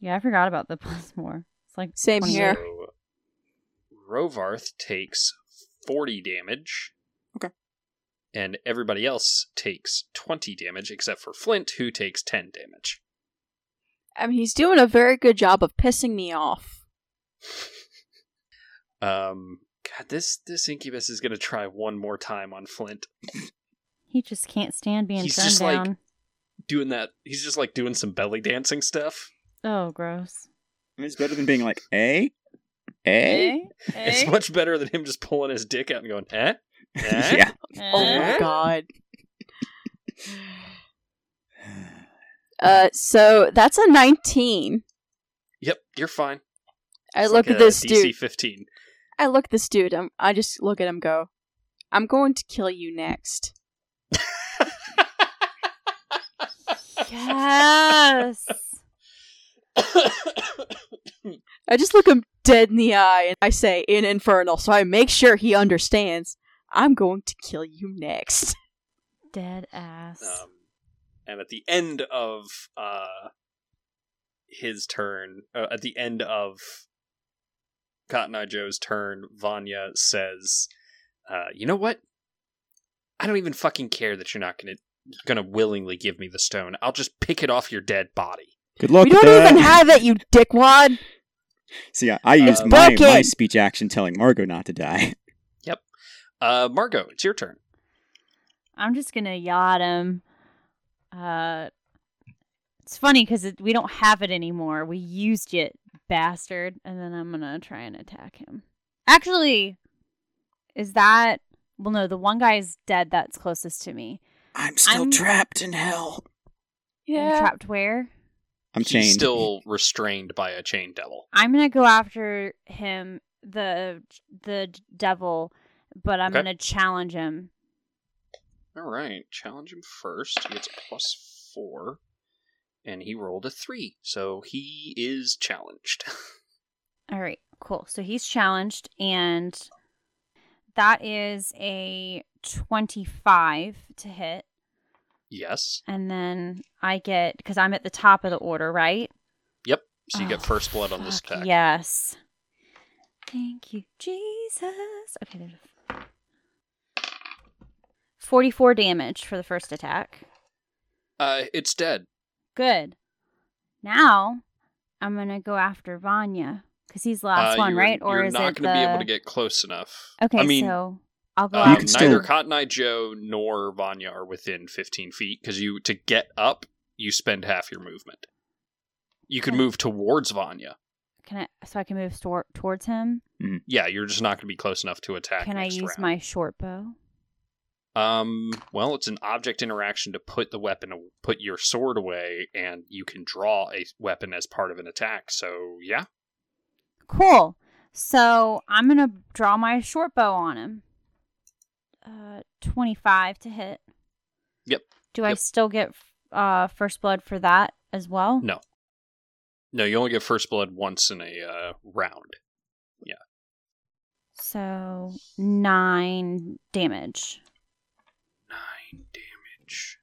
D: Yeah, I forgot about the plus four. It's like
C: Same
D: 28.
C: here.
B: so rovarth takes 40 damage
E: Okay.
B: and everybody else takes 20 damage except for flint who takes 10 damage
C: I mean, he's doing a very good job of pissing me off.
B: Um, God, this this incubus is gonna try one more time on Flint,
D: He just can't stand being
B: He's
D: turned
B: just like-
D: down.
B: doing that. He's just like doing some belly dancing stuff.
D: oh, gross.
E: I mean, it's better than being like, eh? Eh?
B: It's much better than him just pulling his dick out and going, eh, eh?
E: yeah.
C: Oh my
B: Eh?
C: god. Uh, so that's a 19.
B: Yep, you're fine.
C: I
B: It's
C: look
B: like
C: at
B: a
C: this
B: DC
C: dude.
B: fifteen.
C: I look at this dude. I'm, I just look at him go, I'm going to kill you next.
D: Yes.
C: I just look him dead in the eye and I say, in Infernal, so I make sure he understands, I'm going to kill you next.
D: Dead ass.
B: Um, and at the end of uh, his turn, uh, at the end of Cotton Eye Joe's turn, Vanya says, uh, "You know what? I don't even fucking care that you're not gonna gonna willingly give me the stone. I'll just pick it off your dead body."
E: Good luck
C: we
E: with
C: don't
E: that.
C: even have it, you dickwad!
E: See, I, I used
B: Uh,
E: my,
C: Bucket!
E: my speech action telling Margot not to die.
B: Uh, Margot, it's your turn.
D: I'm just gonna yacht him. Uh, it's funny because it, we don't have it anymore. We used it, bastard. And then I'm gonna try and attack him. Actually, is that? Well, no, the one guy's dead. That's closest to me.
E: I'm
D: still I'm-
E: trapped in hell.
D: I'm trapped where?
E: I'm
B: He's
E: chained.
B: still restrained by a chain devil.
D: I'm gonna go after him, the the devil, but I'm
B: Okay.
D: gonna challenge him.
B: All right, challenge him first. He gets plus four, and he rolled a three, so he is challenged.
D: All right, cool. So he's challenged, and that is a 25 to hit.
B: yes.
D: And then I get, because I'm at the top of the order, right?
B: Yep. So you get
D: Oh,
B: first blood on this
D: fuck
B: attack.
D: Yes. Thank you, Jesus. Okay, there's a- 44 damage for the first attack.
B: Uh, it's dead.
D: Good. Now I'm going to go after Vanya because he's the last
B: Uh,
D: one,
B: you're-
D: right? Or
B: you're
D: is
B: not
D: it
B: gonna be able
D: the-
B: to get close enough.
D: Okay,
B: I mean,
D: so I'll go
B: um,
E: You
D: after
E: can
B: neither
E: still-
B: Cotton Eye Joe nor Vanya are within 15 feet because you to get up, you spend half your movement. You could
D: Okay.
B: move towards Vanya.
D: Can I? So I can move stor- towards him.
B: Yeah, you're just not going to be close enough to attack.
D: can I
B: next
D: use
B: round.
D: my short bow?
B: Um, well, it's an object interaction to put the weapon, put your sword away, and you can draw a weapon as part of an attack. So yeah,
D: Cool. So I'm gonna draw my short bow on him. Uh, twenty-five to hit.
B: Yep.
D: Do I
B: Yep.
D: still get uh first blood for that as well?
B: No. no, you only get first blood once in a uh, round.
D: So nine damage,
B: Nine damage.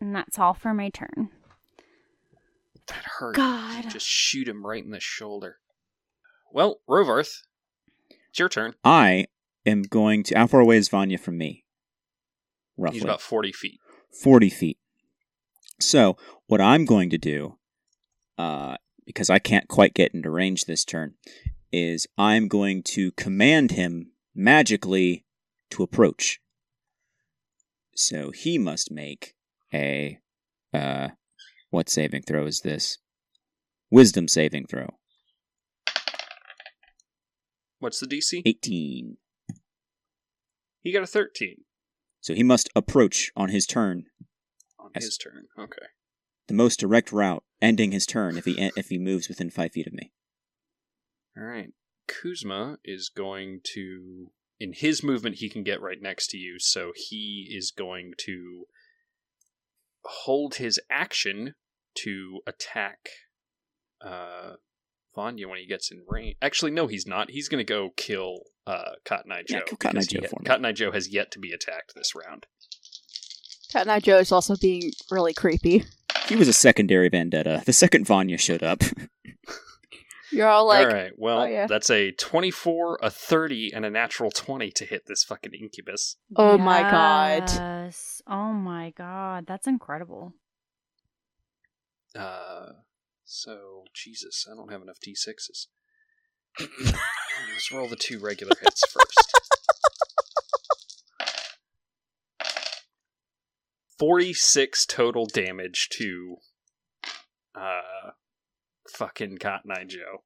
D: and that's all for my turn.
B: That hurt.
D: God.
B: Just shoot him right in the shoulder. Well, Rovarth, it's your turn.
E: I am going to. How far away is Vanya from me? Roughly.
B: He's about forty feet.
E: 40 feet. So, what I'm going to do, uh, because I can't quite get into range this turn, is I'm going to command him magically to approach. So, he must make a. Uh, what saving throw is this? Wisdom saving throw.
B: What's the DC?
E: 18.
B: He got a thirteen
E: So, he must approach on his turn
B: on
E: Yes.
B: his turn. Okay.
E: the most direct route, ending his turn if he if he moves within five feet of me.
B: All right. Kuzma is going to. In his movement, he can get right next to you, so he is going to hold his action to attack uh, Vanya when he gets in range. Actually, no, he's not. He's going to go kill uh, Cotton Eye Joe.
E: Yeah, kill Cotton Eye
B: because he
E: Joe
B: ha-
E: for me.
B: Cotton Eye Joe has yet to be attacked this round.
C: Cotton Eye Joe is also being really creepy.
E: He was a secondary vendetta. The second Vanya showed up.
C: You're all like,
B: All right, well,
C: oh, yeah.
B: that's a 24, a 30, and a natural 20 to hit this fucking incubus.
C: Oh my God.
D: Yes. Oh my god, that's incredible.
B: Uh, so Jesus, I don't have enough d sixes. Let's roll the two regular hits first. 46 total damage to uh fucking Cotton Eye Joe.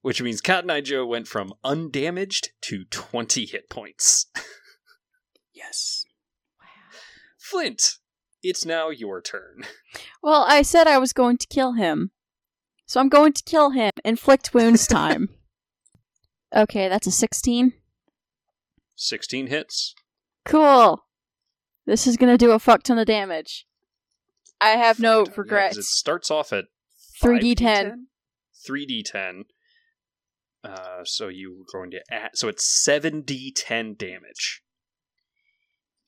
B: Which means Cotton Eye Joe went from undamaged to 20 hit points.
E: Yes.
B: Flint, it's now your turn.
C: Well, I said I was going to kill him. So I'm going to kill him. Inflict wounds time. okay, that's a 16.
B: 16 hits.
C: Cool. This is going to do a fuck ton of damage. I have no
B: Yeah, 'cause It
C: regrets.
B: starts off at
C: 3d10.
B: 3d10. Uh, so you were going to add. So it's 7d10 damage.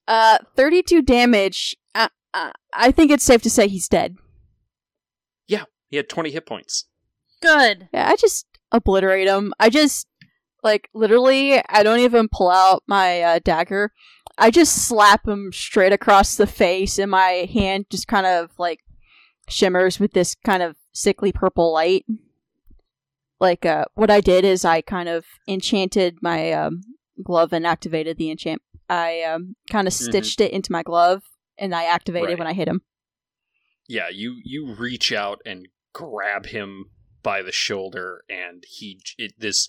C: Uh, 32 damage. Uh, uh, I think it's safe to say he's dead.
B: He had 20 hit points.
D: Good.
C: Yeah, I just obliterate him. I just, like, literally, I don't even pull out my uh, dagger. I just slap him straight across the face, and my hand just kind of, like, shimmers with this kind of sickly purple light. Like, uh, what I did is I kind of enchanted my um, glove and activated the enchant. I um, kind of stitched it into my glove, and I activated
B: Right.
C: when I hit him.
B: Yeah, you you reach out and grab him by the shoulder, and he j- it, this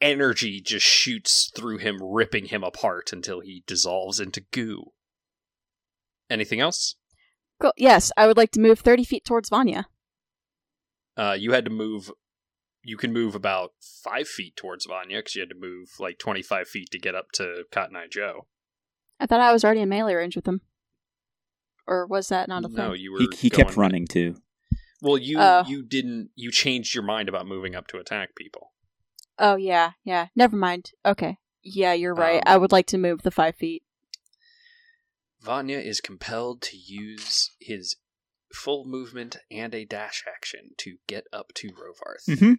B: energy just shoots through him, ripping him apart until he dissolves into goo. Anything else?
C: Cool. Yes, I would like to move 30 feet towards Vanya.
B: Uh, you had to move. You can move about five feet towards Vanya because you had to move like twenty five feet to get up to Cotton Eye Joe.
C: I thought I was already in melee range with him. Or was that not a
B: no,
C: thing?
B: you were.
E: He, he kept
B: going-
E: running too.
B: Well, you
C: Oh.
B: you didn't. You changed your mind about moving up to attack people.
C: Oh yeah, yeah. Never mind. Okay. Yeah, you're right.
B: Um,
C: I would like to move the five feet.
B: Vanya is compelled to use his full movement and a dash action to get up to Rovarth,
E: Mm-hmm.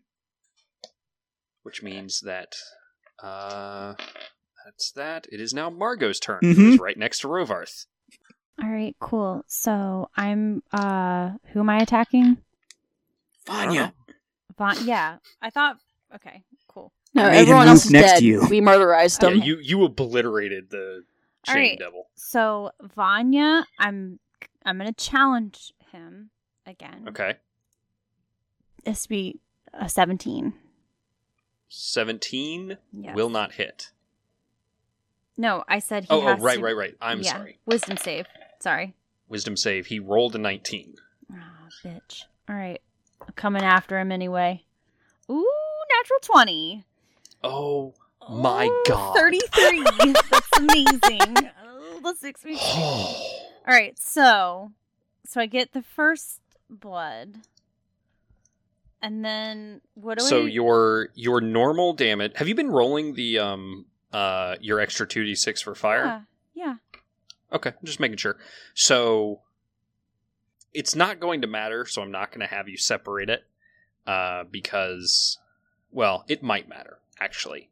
B: which means that uh, that's that. It is now Margot's turn.
E: Mhm.
B: Who is right next to Rovarth.
D: All right, cool. So I'm uh who am I attacking?
B: I don't know.
E: Vanya.
D: Von yeah. I thought okay, cool.
C: No,
E: I made him
C: everyone
E: move
C: else is
E: next to
C: dead.
E: you.
C: We murderized
B: Yeah,
C: them.
D: Okay.
B: you you obliterated the
D: All
B: chain
D: right.
B: devil.
D: So Vanya, I'm I'm gonna challenge him again.
B: Okay,
D: This will be a seventeen.
B: seventeen
D: Yeah.
B: will not hit.
D: No, I said he
B: Oh, oh,
D: has
B: right,
D: to-
B: right, right. I'm
D: yeah,
B: sorry.
D: Wisdom save. Sorry.
B: Wisdom save. He rolled a nineteen.
D: Ah, bitch. All right. I'm coming after him anyway. Ooh, natural 20.
B: Oh My
D: Ooh,
B: God.
D: 33. That's amazing. Oh, the six weeks. All
B: Oh.
D: right, so so I get the first blood. And then what do
B: so
D: I
B: your your normal damage have you been rolling the um uh your extra 2d6 for fire
D: Yeah. Yeah.
B: okay just making sure so it's not going to matter so i'm not going to have you separate it uh because well it might matter actually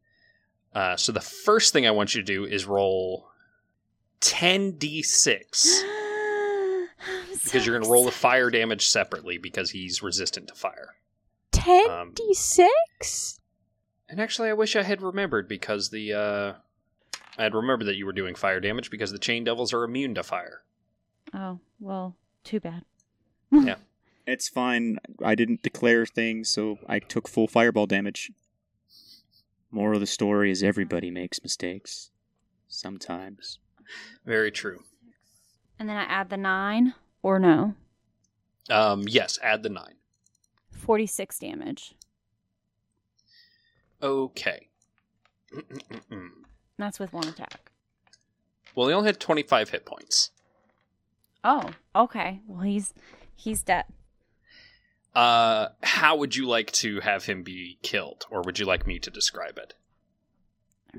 B: uh so the first thing i want you to do is roll 10d6 because you're going to roll the fire damage separately because he's resistant to fire
C: Ten
B: um,
C: d six.
B: And actually, I wish I had remembered because the uh, I had remembered that you were doing fire damage because the chain devils are immune to fire.
D: Oh, well, too bad.
E: It's fine. I didn't declare things, so I took full fireball damage. Moral of the story is everybody makes mistakes. Sometimes.
B: Very true.
D: And then I add the 9 or no.
B: Um, yes, add the nine.
D: 46 damage.
B: Okay. Mm-mm-mm-mm.
D: That's with one attack.
B: well, he only had twenty five hit points.
D: Oh, okay. Well, he's he's dead.
B: Uh, how would you like to have him be killed, or would you like me to describe it?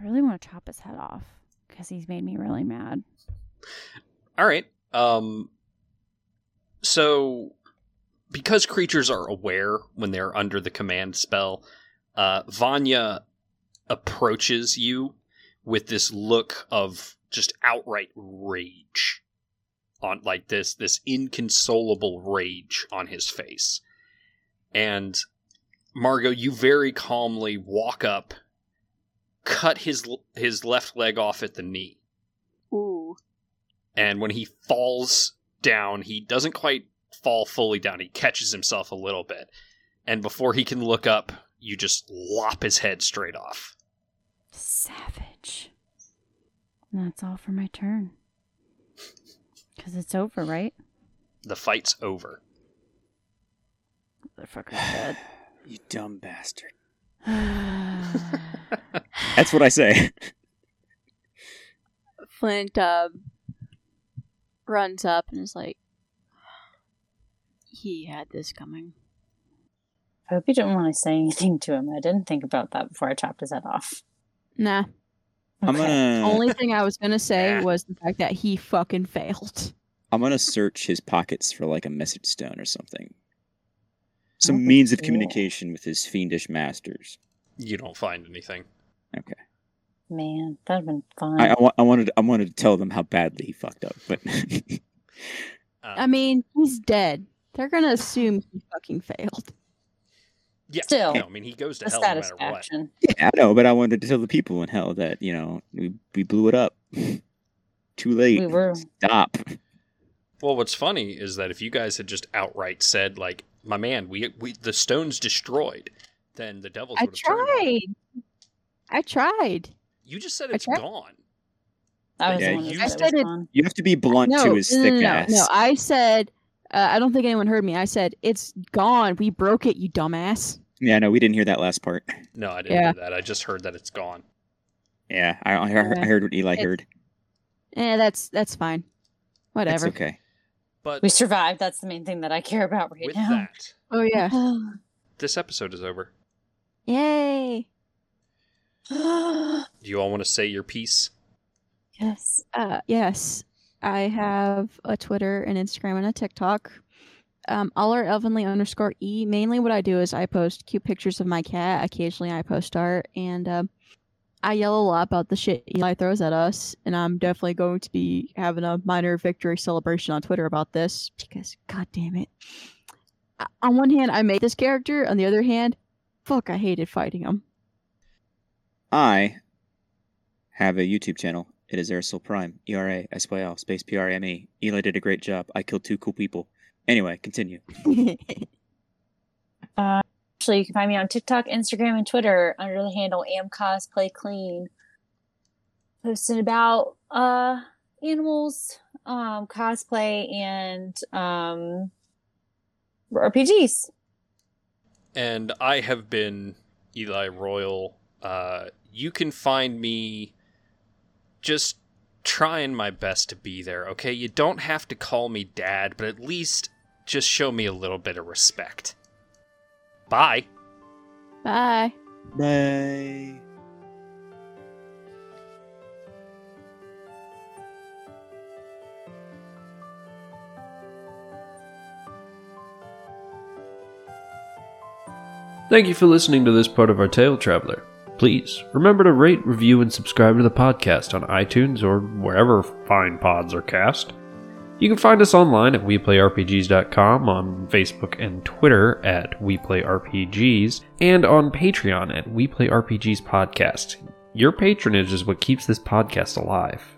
D: I really want to chop his head off because he's made me really mad.
B: All right. Um so because creatures are aware when they're under the command spell, uh Vanya approaches you with this look of just outright rage on like this this inconsolable rage on his face. And Margot, you very calmly walk up, cut his l- his left leg off at the knee.
C: Ooh.
B: and when he falls down, he doesn't quite fall fully down. He catches himself a little bit, and before he can look up, you just lop his head straight off.
D: Savage. That's all for my turn. Because it's over, right?
B: The fight's over.
D: Motherfucker's dead.
E: You dumb bastard.
D: I
E: That's what I say.
C: Flint um, runs up and is like, he had this coming.
F: hope you didn't want to say anything to him. I didn't think about that before I chopped his head off.
C: Nah.
E: I'm
F: Okay.
E: gonna
C: Only thing I was gonna say
B: Yeah.
C: was the fact that he fucking failed.
E: I'm gonna search his pockets for like a message stone or something. Some
F: Nothing
E: means of
F: cool.
E: communication with his fiendish masters.
B: You don't find anything.
E: Okay.
F: Man, that'd been fun.
E: I, I, wa- I wanted I wanted to tell them how badly he fucked up, but Uh.
B: Um,
C: I mean, he's dead. They're gonna assume he fucking failed.
B: yeah,
F: still,
B: no, I mean he goes to
F: the
B: hell no matter what.
F: satisfaction.
E: I know. But I wanted to tell the people in hell that you know we, we blew it up. Too late.
F: We were
E: Stop.
B: Well, what's funny is that if you guys had just outright said, like, "My man, we, we the stone's destroyed," then the devils
C: I
B: would have turned. on you.
C: tried. I tried.
B: You just said
C: I
B: it's
C: tried.
B: gone.
F: I was
E: Yeah,
F: the one that
B: you
F: said it
B: said
F: was
C: it-
F: fun.
E: You have to be blunt
C: No,
E: to his
C: no,
E: thick
C: no, no,
E: ass.
C: no. I said, uh, I don't think anyone heard me. I said, it's gone. We broke it, you dumbass.
E: yeah, no, we didn't hear that last part.
B: No, I didn't
C: Yeah.
B: hear that. I just heard that it's gone.
E: Yeah, I, I, heard, I heard what Eli
C: It's-
E: heard.
C: Eh, that's that's fine.
E: That's
C: Whatever.
E: okay.
B: But
F: We survived. That's the main thing that I care about right
B: with
F: now.
B: that,
C: Oh yeah.
B: this episode is over.
C: Yay.
B: Do you all want to say your piece?
F: yes.
C: Uh, yes, I have a Twitter, an Instagram, and a TikTok. Um, all are elvenly underscore e. Mainly, what I do is I post cute pictures of my cat. Occasionally, I post art, and um I yell a lot about the shit Eli throws at us. And I'm definitely going to be having a minor victory celebration on Twitter about this because, god damn it! I- on one hand, I made this character. On the other hand, fuck, I hated fighting him.
E: I have a YouTube channel. It is Aerosol Prime. E R A S Y L space P R M E. Eli did a great job. I killed two cool people. Anyway, continue.
F: Uh, actually, you can find me on TikTok, Instagram, and Twitter under the handle Amcos Play Clean. Posting about uh animals, um, cosplay, and um RPGs.
B: and I have been Eli Royal. Uh, you can find me just trying my best to be there, okay? You don't have to call me dad, but at least just show me a little bit of respect. Bye.
C: Bye.
E: Bye.
A: Thank you for listening to this part of our Tale Traveler. Please remember to rate, review, and subscribe to the podcast on iTunes or wherever fine pods are cast. You can find us online at weplayrpgs.com, on Facebook and Twitter at weplayrpgs, and on Patreon at weplayrpgs podcast. Your patronage is what keeps this podcast alive.